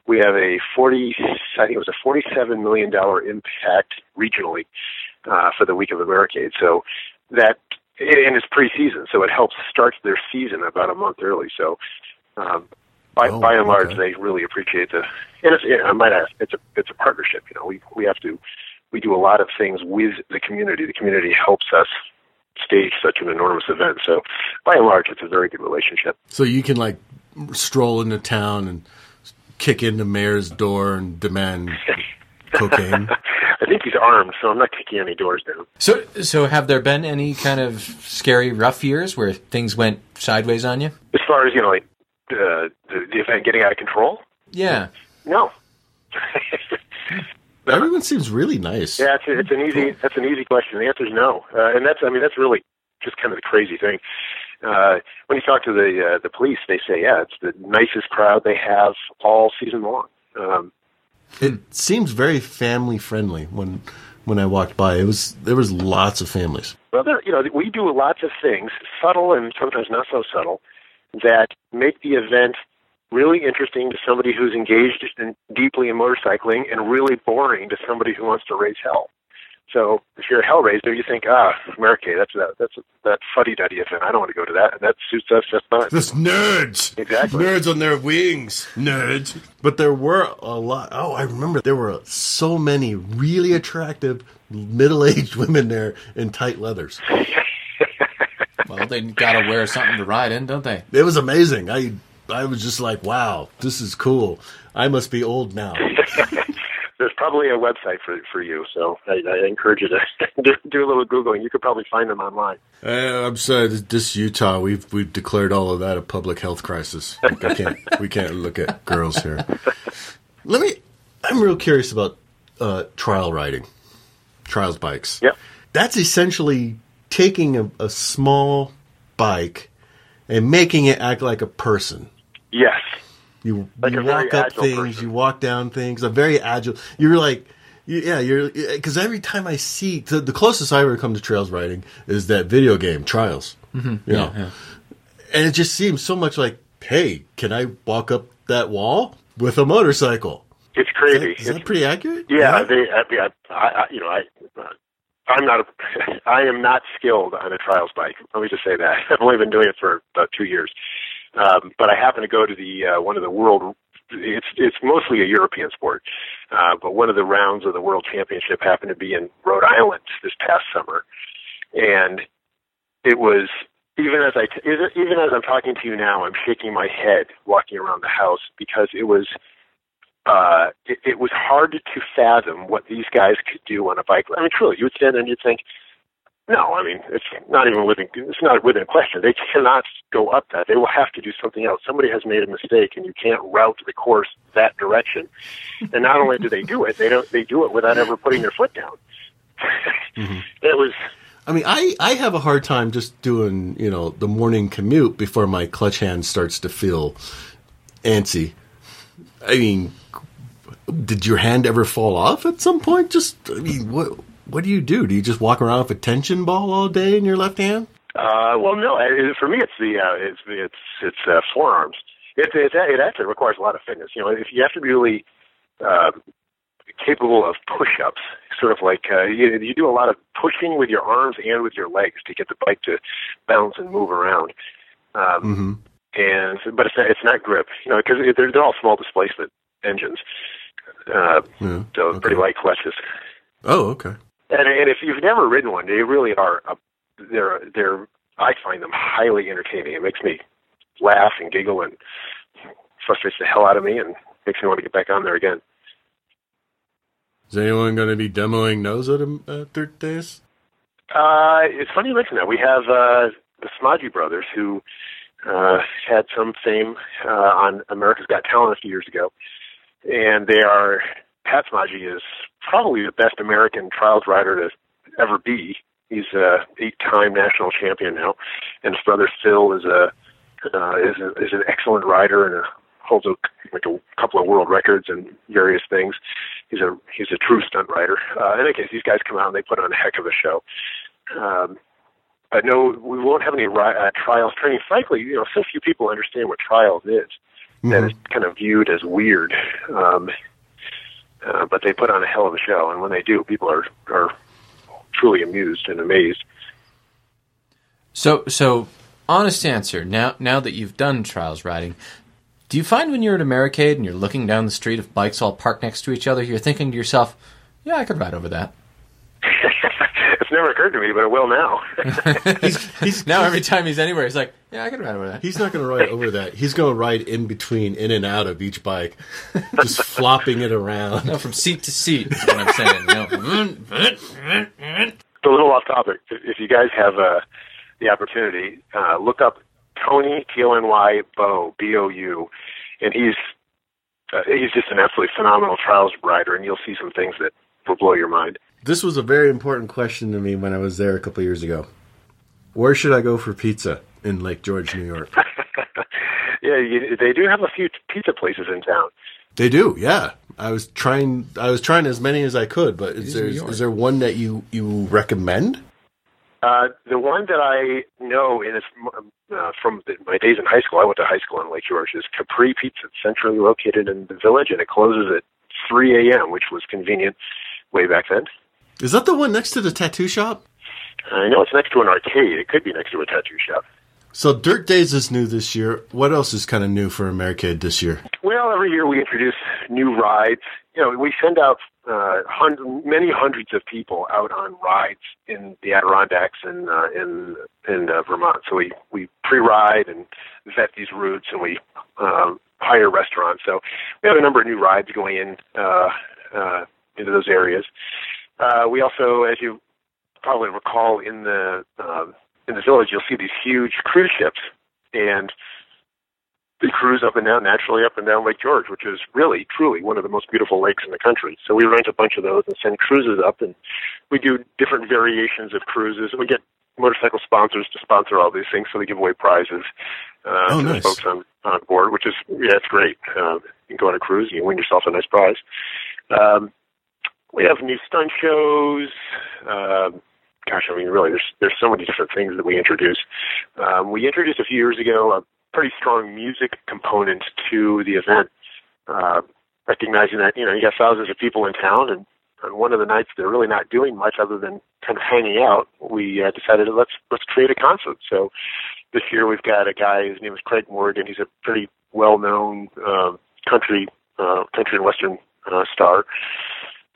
F: we have a forty, I think it was a forty-seven million dollar impact regionally uh, for the week of the barricade. So that and it's preseason, so it helps start their season about a month early. So um, by,
B: Oh,
F: by and large,
B: okay.
F: they really appreciate the. And it's, yeah, I might add, it's a it's a partnership. You know, we we have to we do a lot of things with the community. The community helps us stage such an enormous event. So by and large, it's a very good relationship.
B: So you can like stroll into town and kick in the mayor's door and demand cocaine.
F: I think he's armed, so I'm not kicking any doors down.
C: So so have there been any kind of scary rough years where things went sideways on you?
F: As far as you know, like uh, the, the event getting out of control,
C: Yeah.
F: no.
B: Everyone seems really nice.
F: Yeah, it's, it's an easy that's an easy question. The answer is no, uh, and that's I mean that's really just kind of the crazy thing. Uh, when you talk to the uh, the police, they say yeah, it's the nicest crowd they have all season long. Um,
B: It seems very family friendly when when I walked by. It was there was lots of families.
F: well, there- you know we do lots of things, subtle and sometimes not so subtle, that make the event really interesting to somebody who's engaged in, deeply in motorcycling and really boring to somebody who wants to raise hell. So if you're a hellraiser, you think, ah, America, that's that, that's that fuddy-duddy event. I don't want to go to that, and that suits us just fine.
B: This nerds.
F: Exactly.
B: Nerds on their wings. Nerds. But there were a lot. Oh, I remember there were so many really attractive middle-aged women there in tight leathers.
C: Well, they gotta wear something to ride in, don't they?
B: It was amazing. I I was just like, wow, this is cool. I must be old now.
F: There's probably a website for for you, so I, I encourage you to do, do a little googling. You could probably find them online.
B: Uh, I'm sorry. th- This Utah, we've we've declared all of that a public health crisis. I can't, we can't look at girls here. Let me. I'm real curious about uh, trial riding, trials bikes.
F: Yep.
B: That's essentially taking a, a small bike and making it act like a person.
F: Yes,
B: You,
F: Like
B: you
F: a very
B: walk up
F: agile
B: things,
F: person.
B: you walk down things. A very agile. You're like, you- yeah, you're because every time I see the, the closest I ever come to trails riding is that video game Trials. Mm-hmm. You know, and it just seems so much like, hey, can I walk up that wall with a motorcycle?
F: it's
B: Is that-
F: crazy.
B: is that
F: It's-
B: pretty accurate?
F: yeah, they, I, mean, I, I, you know, I, uh, I'm not, a, I am not skilled on a trials bike. Let me just say that I've only been doing it for about two years, Um, but I happen to go to the uh, one of the world. It's it's mostly a European sport, uh, but one of the rounds of the World Championship happened to be in Rhode Island this past summer, and it was even as I t- even even as I'm talking to you now, I'm shaking my head walking around the house because it was uh, it, it was hard to fathom what these guys could do on a bike. I mean, truly, you would stand there and you'd think, no, I mean, it's not even within it's not within question. They cannot go up that. They will have to do something else. Somebody has made a mistake, and you can't route the course that direction. And not only do they do it, they don't they do it without ever putting their foot down. That was
B: I mean, I, I have a hard time just doing, you know, the morning commute before my clutch hand starts to feel antsy. I mean, did your hand ever fall off at some point? Just, I mean, what what do you do? Do you just walk around with a tension ball all day in your left hand?
F: Uh, well, no. I- For me, it's the uh, it's it's it's uh, forearms. It, it it actually requires a lot of fitness. You know, if you have to be really uh, capable of push-ups, sort of like uh, you, you do a lot of pushing with your arms and with your legs to get the bike to bounce and move around. Um,
B: Mm-hmm.
F: and but it's not, it's not grip, you know, because they're, they're all small displacement engines, uh,
B: Yeah.
F: so pretty light clutches.
B: Oh, okay.
F: And, and if you've never ridden one, they really are. A, they're they're. I find them highly entertaining. It makes me laugh and giggle and frustrates the hell out of me and makes me want to get back on there again.
B: Is anyone going to be demoing those at uh, third days?
F: Uh, it's funny you mention that. We have uh, the Smaji brothers who uh, had some fame uh, on America's Got Talent a few years ago, and they are Pat Smaji is probably the best American trials rider to ever be. He's a eight-time national champion now, and his brother Phil is a uh, is, a, is an excellent rider and a, holds a, like a couple of world records and various things. He's a he's a true stunt rider. Uh, in any case, these guys come out and they put on a heck of a show um, I know we won't have any ri- uh, trials training. Frankly, you know, so few people understand what trials is that it's kind of viewed as weird. Um, uh, but they put on a hell of a show, and when they do, people are are truly amused and amazed.
C: So, so honest answer. Now, now that you've done trials riding, do you find when you're at Americade and you're looking down the street of bikes all parked next to each other, you're thinking to yourself, "Yeah, I could ride over that."
F: it's never occurred to me, but it will now.
C: now every time he's anywhere, he's like, "Yeah, I could ride over that."
B: He's not going to ride over that. He's going to ride in between, in and out of each bike, just flopping it around.
C: No, from seat to seat. Is what I'm saying. You know,
G: Mm-hmm.
C: "Mm, mm, mm, mm."
F: a little off topic. If if you guys have uh, the opportunity, uh, look up Tony T O N Y Bo B O U, and he's uh, he's just an absolutely phenomenal trials rider, and you'll see some things that will blow your mind.
B: This was a very important question to me when I was there a couple years ago. Where should I go for pizza in Lake George, New York?
F: yeah, you, they do have a few pizza places in town.
B: they do, yeah. I was trying. I was trying as many as I could, but is
C: is
B: there
C: New York.
B: is there one that you you recommend?
F: Uh, the one that I know, and it's m- uh, from the, my days in high school. I went to high school in Lake George. Is Capri Pizza, It's centrally located in the village, and it closes at 3 a.m., which was convenient way back then.
B: Is that the one next to the tattoo shop?
F: I know it's next to an arcade. It could be next to a tattoo shop.
B: So Dirt Days is new this year. What else is kind of new for Americade this year?
F: Well, every year we introduce new rides. You know, we send out uh, hun- many hundreds of people out on rides in the Adirondacks and uh, in in uh, Vermont. So we we pre-ride and vet these routes, and we um, hire restaurants. So we have a number of new rides going in uh, uh, into those areas. Uh, we also, as you probably recall, in the um, in the village, you'll see these huge cruise ships, and they cruise up and down naturally up and down Lake George, which is really truly one of the most beautiful lakes in the country. So we rent a bunch of those and send cruises up, and we do different variations of cruises. We get motorcycle sponsors to sponsor all these things, so they give away prizes uh,
B: Oh,
F: to the
B: nice.
F: folks on on board, which is yeah, it's great. Uh, you can go on a cruise, you can win yourself a nice prize. Um, we have new stunt shows. Um, gosh, I mean, really, there's there's so many different things that we introduce. Um, we introduced a few years ago a pretty strong music component to the event, uh, recognizing that you know you got thousands of people in town, and on one of the nights they're really not doing much other than kind of hanging out. We uh, decided let's let's create a concert. So this year we've got a guy whose name is Craig Morgan. He's a pretty well-known um, country uh, country and western uh, star.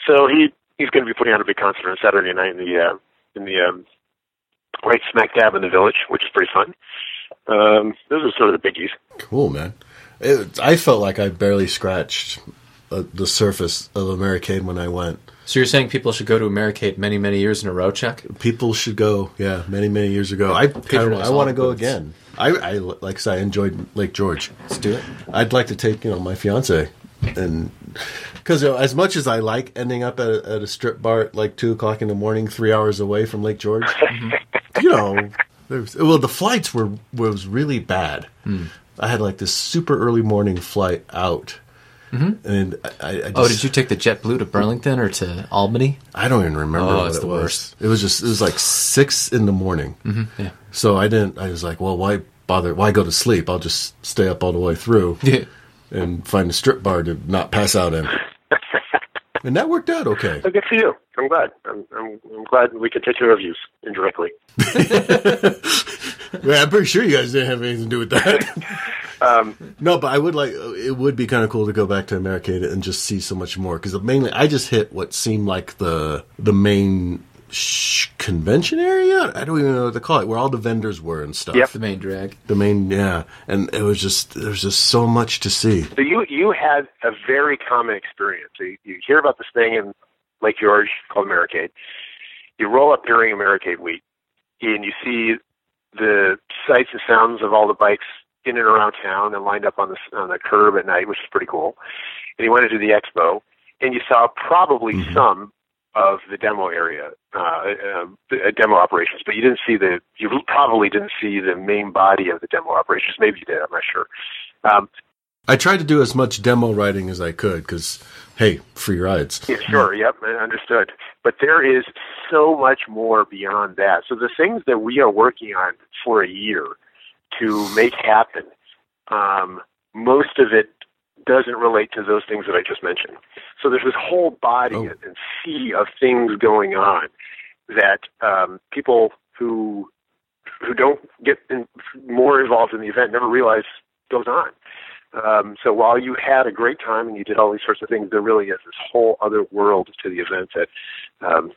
F: So he he's going to be putting on a big concert on Saturday night in the uh, in the um, right smack dab in the village, which is pretty fun. Um, those are sort of the biggies.
B: Cool, man. It, I felt like I barely scratched uh, the surface of Americade when I went.
G: So you're saying people should go to Americade many, many years in a row, Chuck?
B: People should go. Yeah, many many years ago. I kind of, I want to go again. I, I like I said, I enjoyed Lake George.
G: Let's do it.
B: I'd like to take you know my fiance, and because you know, as much as I like ending up at a, at a strip bar at like two o'clock in the morning, three hours away from Lake George,
G: Mm-hmm.
B: you know, there's, well the flights were was really bad.
G: Mm.
B: I had like this super early morning flight out, and I, I I just,
G: Mm-hmm. Oh, did you take the JetBlue to Burlington or to Albany?
B: I don't even remember
G: Oh,
B: what
G: it's
B: it
G: the
B: was.
G: worst.
B: It was just it was like six in the morning. Mm-hmm,
G: yeah.
B: So I didn't. I was like, well, why bother? Why go to sleep? I'll just stay up all the way through
G: Yeah.
B: and find a strip bar to not pass out in. and that worked out okay.
F: So good for you. I'm glad. I'm, I'm, I'm glad we could take your reviews indirectly.
B: Yeah, I'm pretty sure you guys didn't have anything to do with that. no, but I would like. It would be kind of cool to go back to Americade and just see so much more because mainly I just hit what seemed like the the main sh- convention area. I don't even know what to call it, where all the vendors were and stuff.
F: Yep.
G: The main drag.
B: The main, yeah, and it was just there was just so much to see.
F: So you you had a very common experience. So you, you hear about this thing in Lake George called Americade. You roll up during Americade week, and you see the sights and sounds of all the bikes in and around town and lined up on the on the curb at night, which is pretty cool. And you went into the expo, and you saw probably some of the demo area, uh, uh, the- uh, demo operations, but you didn't see the you probably didn't see the main body of the demo operations. Maybe you did. I'm not sure. Um,
B: I tried to do as much demo writing as I could because, hey, free rides.
F: Yeah, sure. Yep, I understood. But there is so much more beyond that. So the things that we are working on for a year to make happen, um, most of it doesn't relate to those things that I just mentioned. So there's this whole body
B: Oh.
F: and sea of things going on that um, people who who don't get in, more involved in the event never realize goes on. Um, so while you had a great time and you did all these sorts of things, there really is this whole other world to the event that um,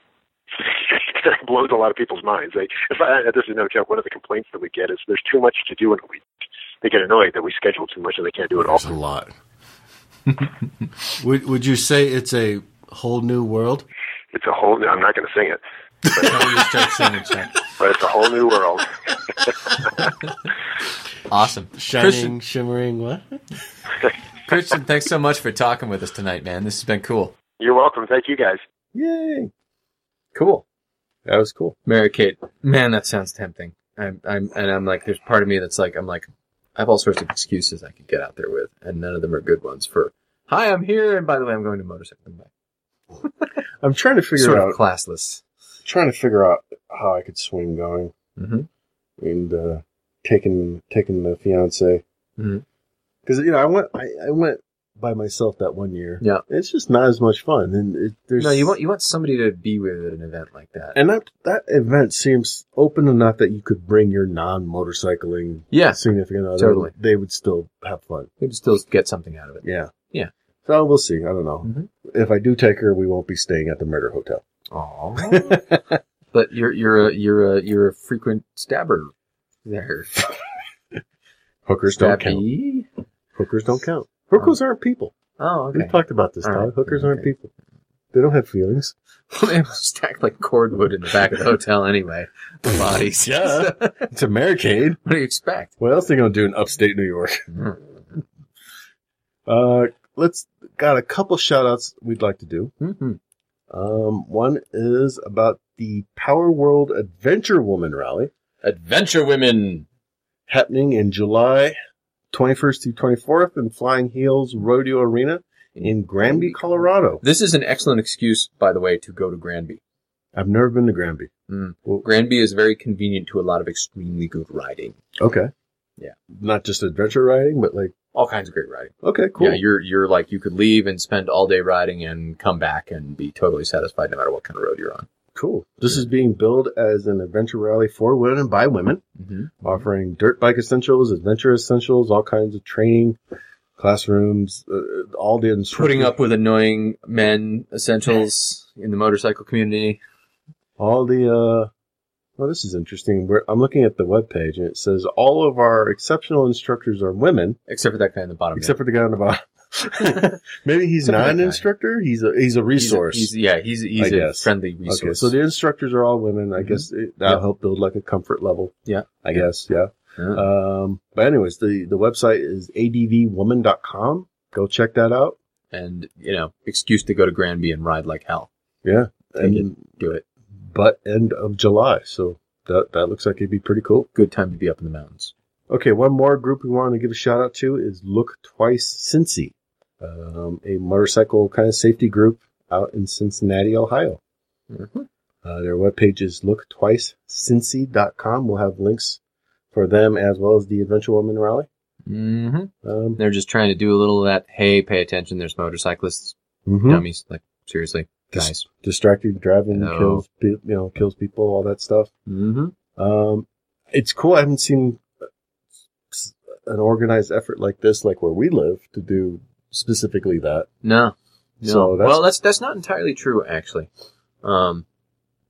F: that blows a lot of people's minds. They, if I, this is no joke. One of the complaints that we get is there's too much to do in a week. They get annoyed that we schedule too much and they can't do it all.
B: There's a lot. would Would you say it's a whole new world?
F: It's a whole. I'm not going to sing it,
G: Tell you to start singing, Chuck.
F: but it's a whole new world.
G: Awesome.
B: Shining,
G: Christian,
B: shimmering, what?
G: Christian, thanks so much for talking with us tonight, man. This has been cool.
F: You're welcome. Thank you guys.
C: Yay! Cool. That was cool. Mary Kate, man, that sounds tempting. I'm, I'm, and I'm like, there's part of me that's like, I'm like, I have all sorts of excuses I could get out there with, and none of them are good ones. For hi, I'm here, and by the way, I'm going to motorcycle. Bike.
H: I'm trying to figure
C: Sort
H: out
C: of classless.
H: trying to figure out how I could swing going
C: Mhm.
H: and uh, taking taking the fiance
C: Mhm.
H: because you know I went I, I went by myself that one year.
C: Yeah.
H: it's just not as much fun, and it, there's
C: No, you want you want somebody to be with at an event like that.
H: And that that event seems open enough that you could bring your non motorcycling
C: yeah,
H: significant other.
C: Totally.
H: they would still have fun.
C: you can still get something out of it.
H: Yeah,
C: Yeah.
H: So we'll see. I don't know.
C: Mhm.
H: If I do take her, we won't be staying at the murder hotel.
C: Aww. but you're you're a you're a you're a frequent stabber there.
H: Hookers don't count.
C: Stabby.
H: Hookers don't count. Hookers aren't people.
C: Oh, okay.
H: We've talked about this,
C: All
H: Todd.
C: right.
H: Hookers aren't
C: Okay.
H: people. They don't have feelings.
C: they were stacked like cordwood in the back of the hotel anyway. The bodies.
H: Yeah.
C: what
H: It's a barricade.
C: do you expect?
H: What else they gonna do in upstate New York?
C: Mhm.
H: Uh, let's got a couple shout outs we'd like to do.
C: Mhm.
H: Um, one is about the Power World Adventure Woman Rally
C: Adventure women.
H: happening in July 21st through 24th in Flying Heels Rodeo Arena in Granby, Colorado.
C: This is an excellent excuse, by the way, to go to Granby.
H: I've never been to Granby.
C: Mm.
H: Well,
C: Granby is very convenient to a lot of extremely good riding.
H: okay.
C: Yeah.
H: Not just adventure riding, but like,
C: All kinds of great riding.
H: okay, cool.
C: Yeah, you're you're like you could leave and spend all day riding and come back and be totally satisfied no matter what kind of road you're on.
H: Cool. This is being billed as an adventure rally for women and by women,
C: Mhm.
H: offering dirt bike essentials, adventure essentials, all kinds of training, classrooms, uh, all the
C: Putting up with annoying men essentials in the motorcycle community.
H: all the uh well this is interesting We're, i'm looking at the web page and it says all of our exceptional instructors are women
C: Except for that guy in the bottom.
H: except for the guy on the bottom maybe he's
C: Except for
H: not
C: that
H: an
C: guy.
H: instructor he's a he's a resource
C: He's a, he's, yeah, he's he's
H: I
C: a
H: guess.
C: friendly
H: okay
C: resource.
H: so the instructors are all women i
C: Mhm.
H: guess it, that'll
C: Yeah.
H: help build like a comfort level
C: Yeah.
H: i guess yeah
C: Yeah.
H: um but anyways the the website is advwoman.com go check that out
C: and you know, excuse to go to Granby and ride like hell. Take
H: and
C: Do it.
H: but end of july so that that looks like it'd be pretty cool
C: Good time to be up in the mountains.
H: Okay, one more group we want to give a shout out to is Look Twice Cincy, um, a motorcycle kind of safety group out in Cincinnati, Ohio.
C: Mhm.
H: Uh, their webpage is looktwicecincy.com. We'll have links for them as well as the Adventure Woman Rally.
C: Mm-hmm.
H: Um,
C: They're just trying to do a little of that. Hey, pay attention. There's motorcyclists,
H: mhm.
C: dummies. Like seriously,
H: Dis-
C: guys.
H: Distracted driving
C: Hello.
H: kills, pe- you know, kills people, all that stuff.
C: Mm-hmm.
H: Um, it's cool. I haven't seen s- an organized effort like this, like where we live, to do specifically that.
C: No. No.
H: So that's-
C: well, that's that's not entirely true, actually. Um,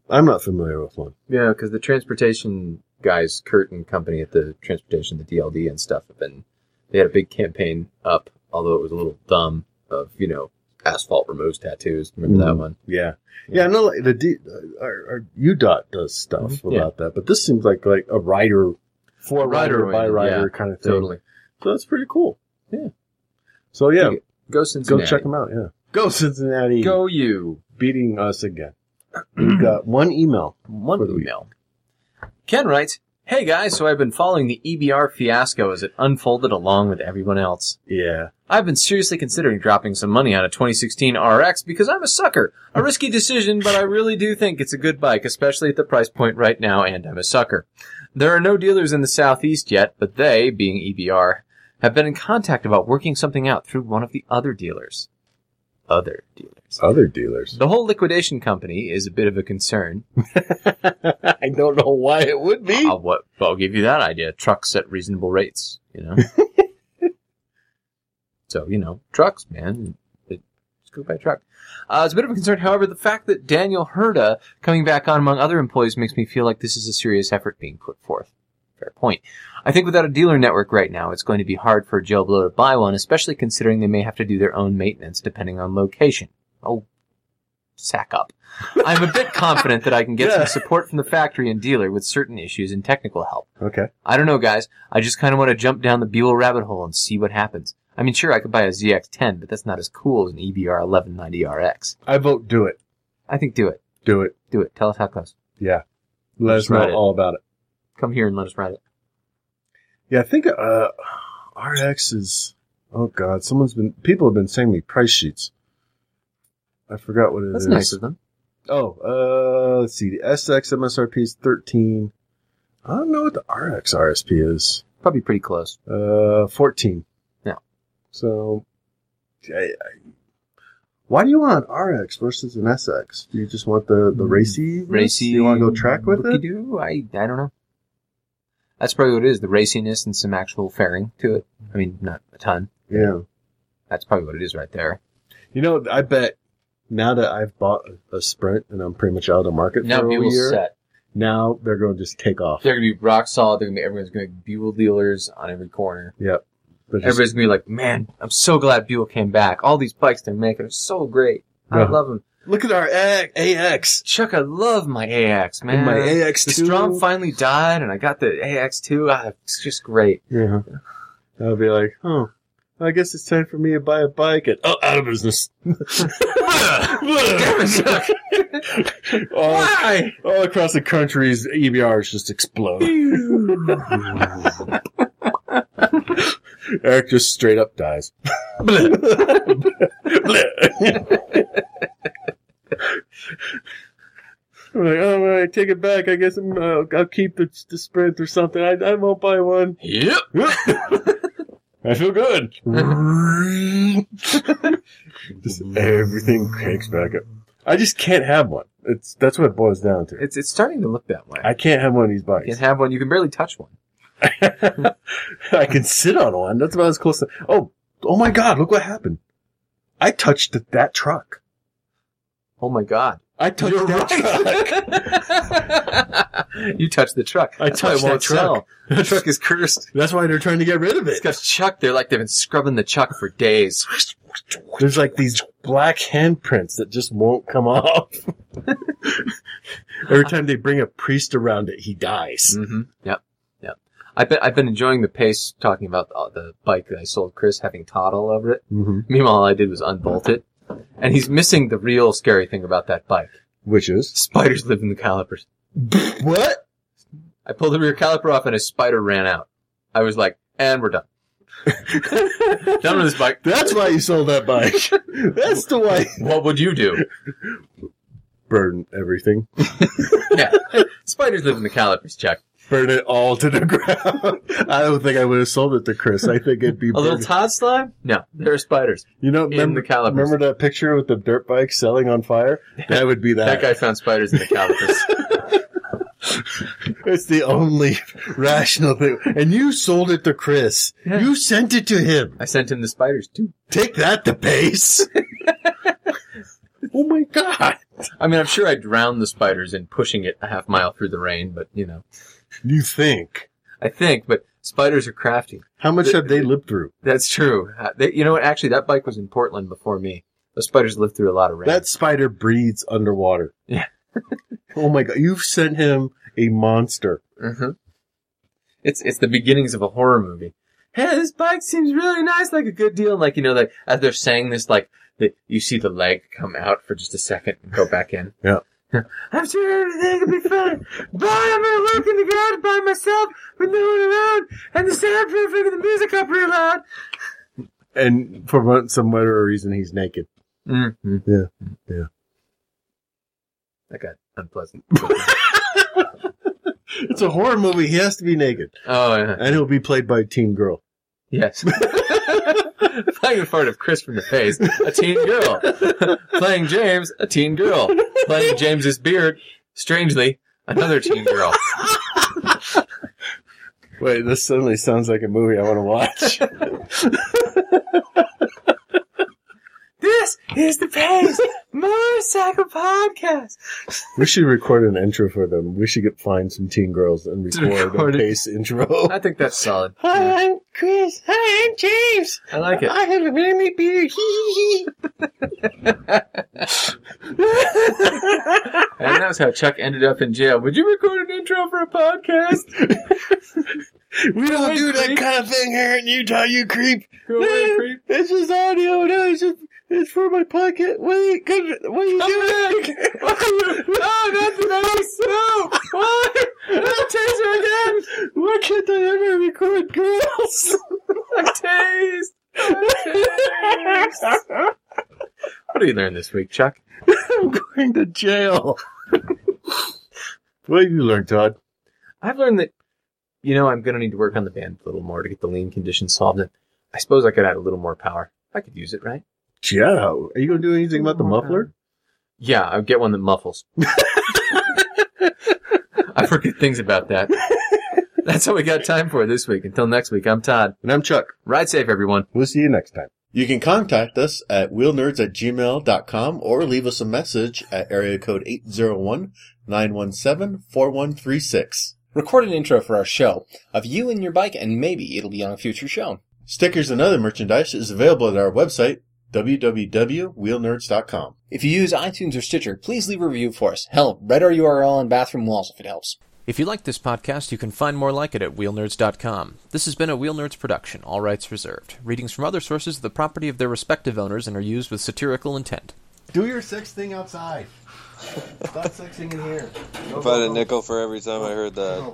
H: I'm not familiar with one.
C: yeah, because the transportation guys, Kurt and company at the transportation, the DLD and stuff, have been. They had a big campaign up, although it was a little dumb. Of you know, asphalt removes tattoos. Remember that
H: Mm.
C: one?
H: Yeah, yeah. I know like the D, uh, our, our UDOT does stuff
C: Mhm. Yeah.
H: about that, but this seems like like a rider for a rider,
C: Rider-oriented,
H: by rider kind of thing.
C: Totally.
H: So that's pretty cool.
C: Yeah.
H: So yeah,
C: Okay. Go
H: go
C: Cincinnati.
H: check them out. Yeah. Go Cincinnati
C: Go you.
H: beating us again. We've got one email.
C: One
H: For the week.
C: email. Ken writes, Hey guys, so I've been following the EBR fiasco as it unfolded along with everyone else.
H: Yeah.
C: I've been seriously considering dropping some money on a 2016 RX because I'm a sucker. A risky decision, but I really do think it's a good bike, especially at the price point right now, and I'm a sucker. There are no dealers in the southeast yet, but they, being EBR, have been in contact about working something out through one of the other dealers. Other dealers.
H: Other dealers.
C: The whole liquidation company is a bit of a concern,
H: I don't know why it would be.
C: I'll, what, I'll give you that idea. Trucks at reasonable rates, you know? so, you know, trucks, man. It- Just go buy a truck. Uh, it's a bit of a concern, however, the fact that Daniel Herda coming back on among other employees makes me feel like this is a serious effort being put forth. Fair point. I think without a dealer network right now, it's going to be hard for Joe Blow to buy one, especially considering they may have to do their own maintenance depending on location. Oh, sack up. I'm a bit confident that I can get
H: Yeah.
C: some support from the factory and dealer with certain issues and technical help.
H: Okay.
C: I don't know, guys. I just kind of want to jump down the Buell rabbit hole and see what happens. I mean, sure, I could buy a ZX10, but that's not as cool as an E EBR 1190RX.
H: I vote do it.
C: I think do it.
H: Do it.
C: Do it. Tell us how close.
H: Yeah. Let us
C: Just write
H: know
C: it.
H: all about it.
C: Come here and let us ride it.
H: Yeah, I think uh, RX is. Oh God, someone's been. People have been sending me price sheets. I forgot what it is.
C: That's nice of them.
H: Oh, uh, let's see. The SX MSRP is thirteen. I don't know what the RX RSP is.
C: Probably pretty close.
H: Uh, fourteen.
C: Yeah.
H: So, I, I, why do you want an RX versus an SX? Do you just want the the racy?
C: Hmm. Racy.
H: You want to go track with it?
C: Do I? I don't know. That's probably what it is. The raciness and some actual fairing to it. I mean, not a ton.
H: Yeah.
C: That's probably what it is right there.
H: You know, I bet now that I've bought a Sprint and I'm pretty much out of the market
C: Now
H: for a year,
C: Buell's set.
H: now they're going to just take off.
C: They're gonna be rock solid. They're gonna be everyone's gonna be Buell dealers on every corner.
H: Yep. They're just-
C: Everybody's gonna be like, "Man, I'm so glad Buell came back. All these bikes they're making are so great. I
H: Yeah.
C: love them.
H: Look at our A- AX.
C: Chuck, I love my AX, man.
H: And my
C: the
H: AX2.
C: Strom finally died, and I got the AX2. Ah, it's just great.
H: yeah. I'll be like, oh, I guess it's time for me to buy a bike. And, oh, out of business.
C: Damn it, Chuck.
H: all,
C: Why?
H: all across the E country's EBRs just explode. Eric just straight up dies. I'm like, all right, take it back. I guess I'm, uh, I'll keep the, the sprint or something. I, I won't buy one.
C: Yep.
H: I feel good. Just everything cranks back up. I just can't have one. It's that's what it boils down to.
C: It's it's starting to look that way.
H: I can't have one of these
C: you can
H: bikes.
C: have one. You can barely touch one.
H: I can sit on one. That's about as close. To, oh, oh my God! Look what happened. I touched th- that truck.
C: Oh my god!
H: I touched that truck.
C: you touched the truck.
H: I
C: That's why
H: touched
C: it won't
H: that truck.
C: sell. The truck is cursed.
H: That's why they're trying to get rid of it.
C: Because Chuck, they're like they've been scrubbing the Chuck for days.
H: There's like these black handprints that just won't come off. Every time they bring a priest around it, he dies.
C: Mm-hmm. Yep. Yep. I've been, I've been enjoying the pace talking about uh, the bike that I sold Chris having Todd all over it.
H: Mm-hmm.
C: Meanwhile, all I did was unbolt it. And he's missing the real scary thing about that bike.
H: Which is
C: Spiders live in the calipers.
H: what?
C: I pulled the rear caliper off and a spider ran out. I was like, and we're done. done with this bike.
H: That's why you sold that bike. That's the why.
C: What would you do?
H: Burn everything.
C: Yeah. Spiders live in the calipers, Chuck.
H: Burn it all to the ground. I don't think I would have sold it to Chris. I think it'd be
C: A little
H: burned.
C: Todd slime? No, there are spiders.
H: you know.
C: in
H: Remember
C: the calipers.
H: Remember that picture with the dirt bike selling on fire? That would be
C: That
H: that.
C: guy found spiders in the calipers.
H: It's the only rational thing. And you sold it to Chris.
C: Yeah.
H: You sent it to him.
C: I sent him the spiders too.
H: Take that, the base. oh my god!
C: I mean, I'm sure I drowned the spiders in pushing it a half mile through the rain, but you know,
H: You think?
C: I think. But spiders are crafty.
H: How much
C: The-
H: have they lived through?
C: That's true. Uh, They, you know what? Actually, that bike was in Portland before me. The spiders lived through a lot of rain.
H: That spider breathes underwater.
C: Yeah.
H: oh my god! You've sent him a monster.
C: hmm It's it's the beginnings of a horror movie. Hey, this bike seems really nice, like a good deal. Like you know, like as they're saying this, like the, you see the leg come out for just a second and go back in.
H: Yeah.
C: I'm sure everything will be fine. but I'm gonna look in the ground by myself with no one around, and the soundproofing and the music up real loud.
H: And for one- some whatever reason, he's naked.
C: Mm-hmm.
H: Yeah, yeah.
C: That got unpleasant.
H: It's a horror movie. He has to be naked,
C: Oh yeah.
H: and he'll be played by a teen girl.
C: yes. playing the part of Chris from the face, a teen girl. playing James, a teen girl. Playing James's beard, strangely, another teen girl.
H: Wait, this suddenly sounds like a movie I want to watch.
C: This is the Pace Motorcycle Podcast.
H: we should record an intro for them. We should get find some teen girls and record,
C: record
H: a
C: it.
H: bass intro.
C: I think that's solid. Yeah,
H: Hi, I'm Chris. Hi, I'm James.
C: I like it.
H: I have a mini beard. Hee
C: And that was how Chuck ended up in jail. Would you record an intro for a podcast?
H: hee. We don't
C: Hi,
H: do that
C: creep.
H: kind of thing here in Utah, you creep.
C: Go away, creep.
H: It's just audio. No, it's just it's for my pocket. What are you, good- what are you doing?
C: What are you? Oh, not the face. No. Why? Not taser again.
H: Why can't I ever record girls?
C: Taste. Taste. What did you learn this week, Chuck?
H: I'm going to jail. what have you learned, Todd?
C: I've learned that, you know, I'm going to need to work on the band a little more to get the lean condition solved. And I suppose I could add a little more power. I could use it, right?
H: Joe, are you going to do anything about the muffler?
C: Yeah, I'll get one that muffles. I forget things about that. That's all we got time for this week. Until next week, I'm Todd.
H: And I'm Chuck.
C: Ride safe, everyone.
H: We'll see you next time.
B: You can contact us at wheelnerds at gmail.com or leave us a message at area code 801-917-4136.
I: Record an intro for our show of you and your bike, and maybe it'll be on a future show.
B: Stickers and other merchandise is available at our website, www.wheelnerds.com.
I: If you use iTunes or Stitcher, please leave a review for us. Hell, read our URL on bathroom walls if it helps.
J: If you like this podcast, you can find more like it at wheelnerds.com. This has been a Wheel Nerds production, all rights reserved. Readings from other sources are the property of their respective owners and are used with satirical intent.
B: Do your sex thing outside. Stop sexing in here.
K: I had a nickel for every time I heard that.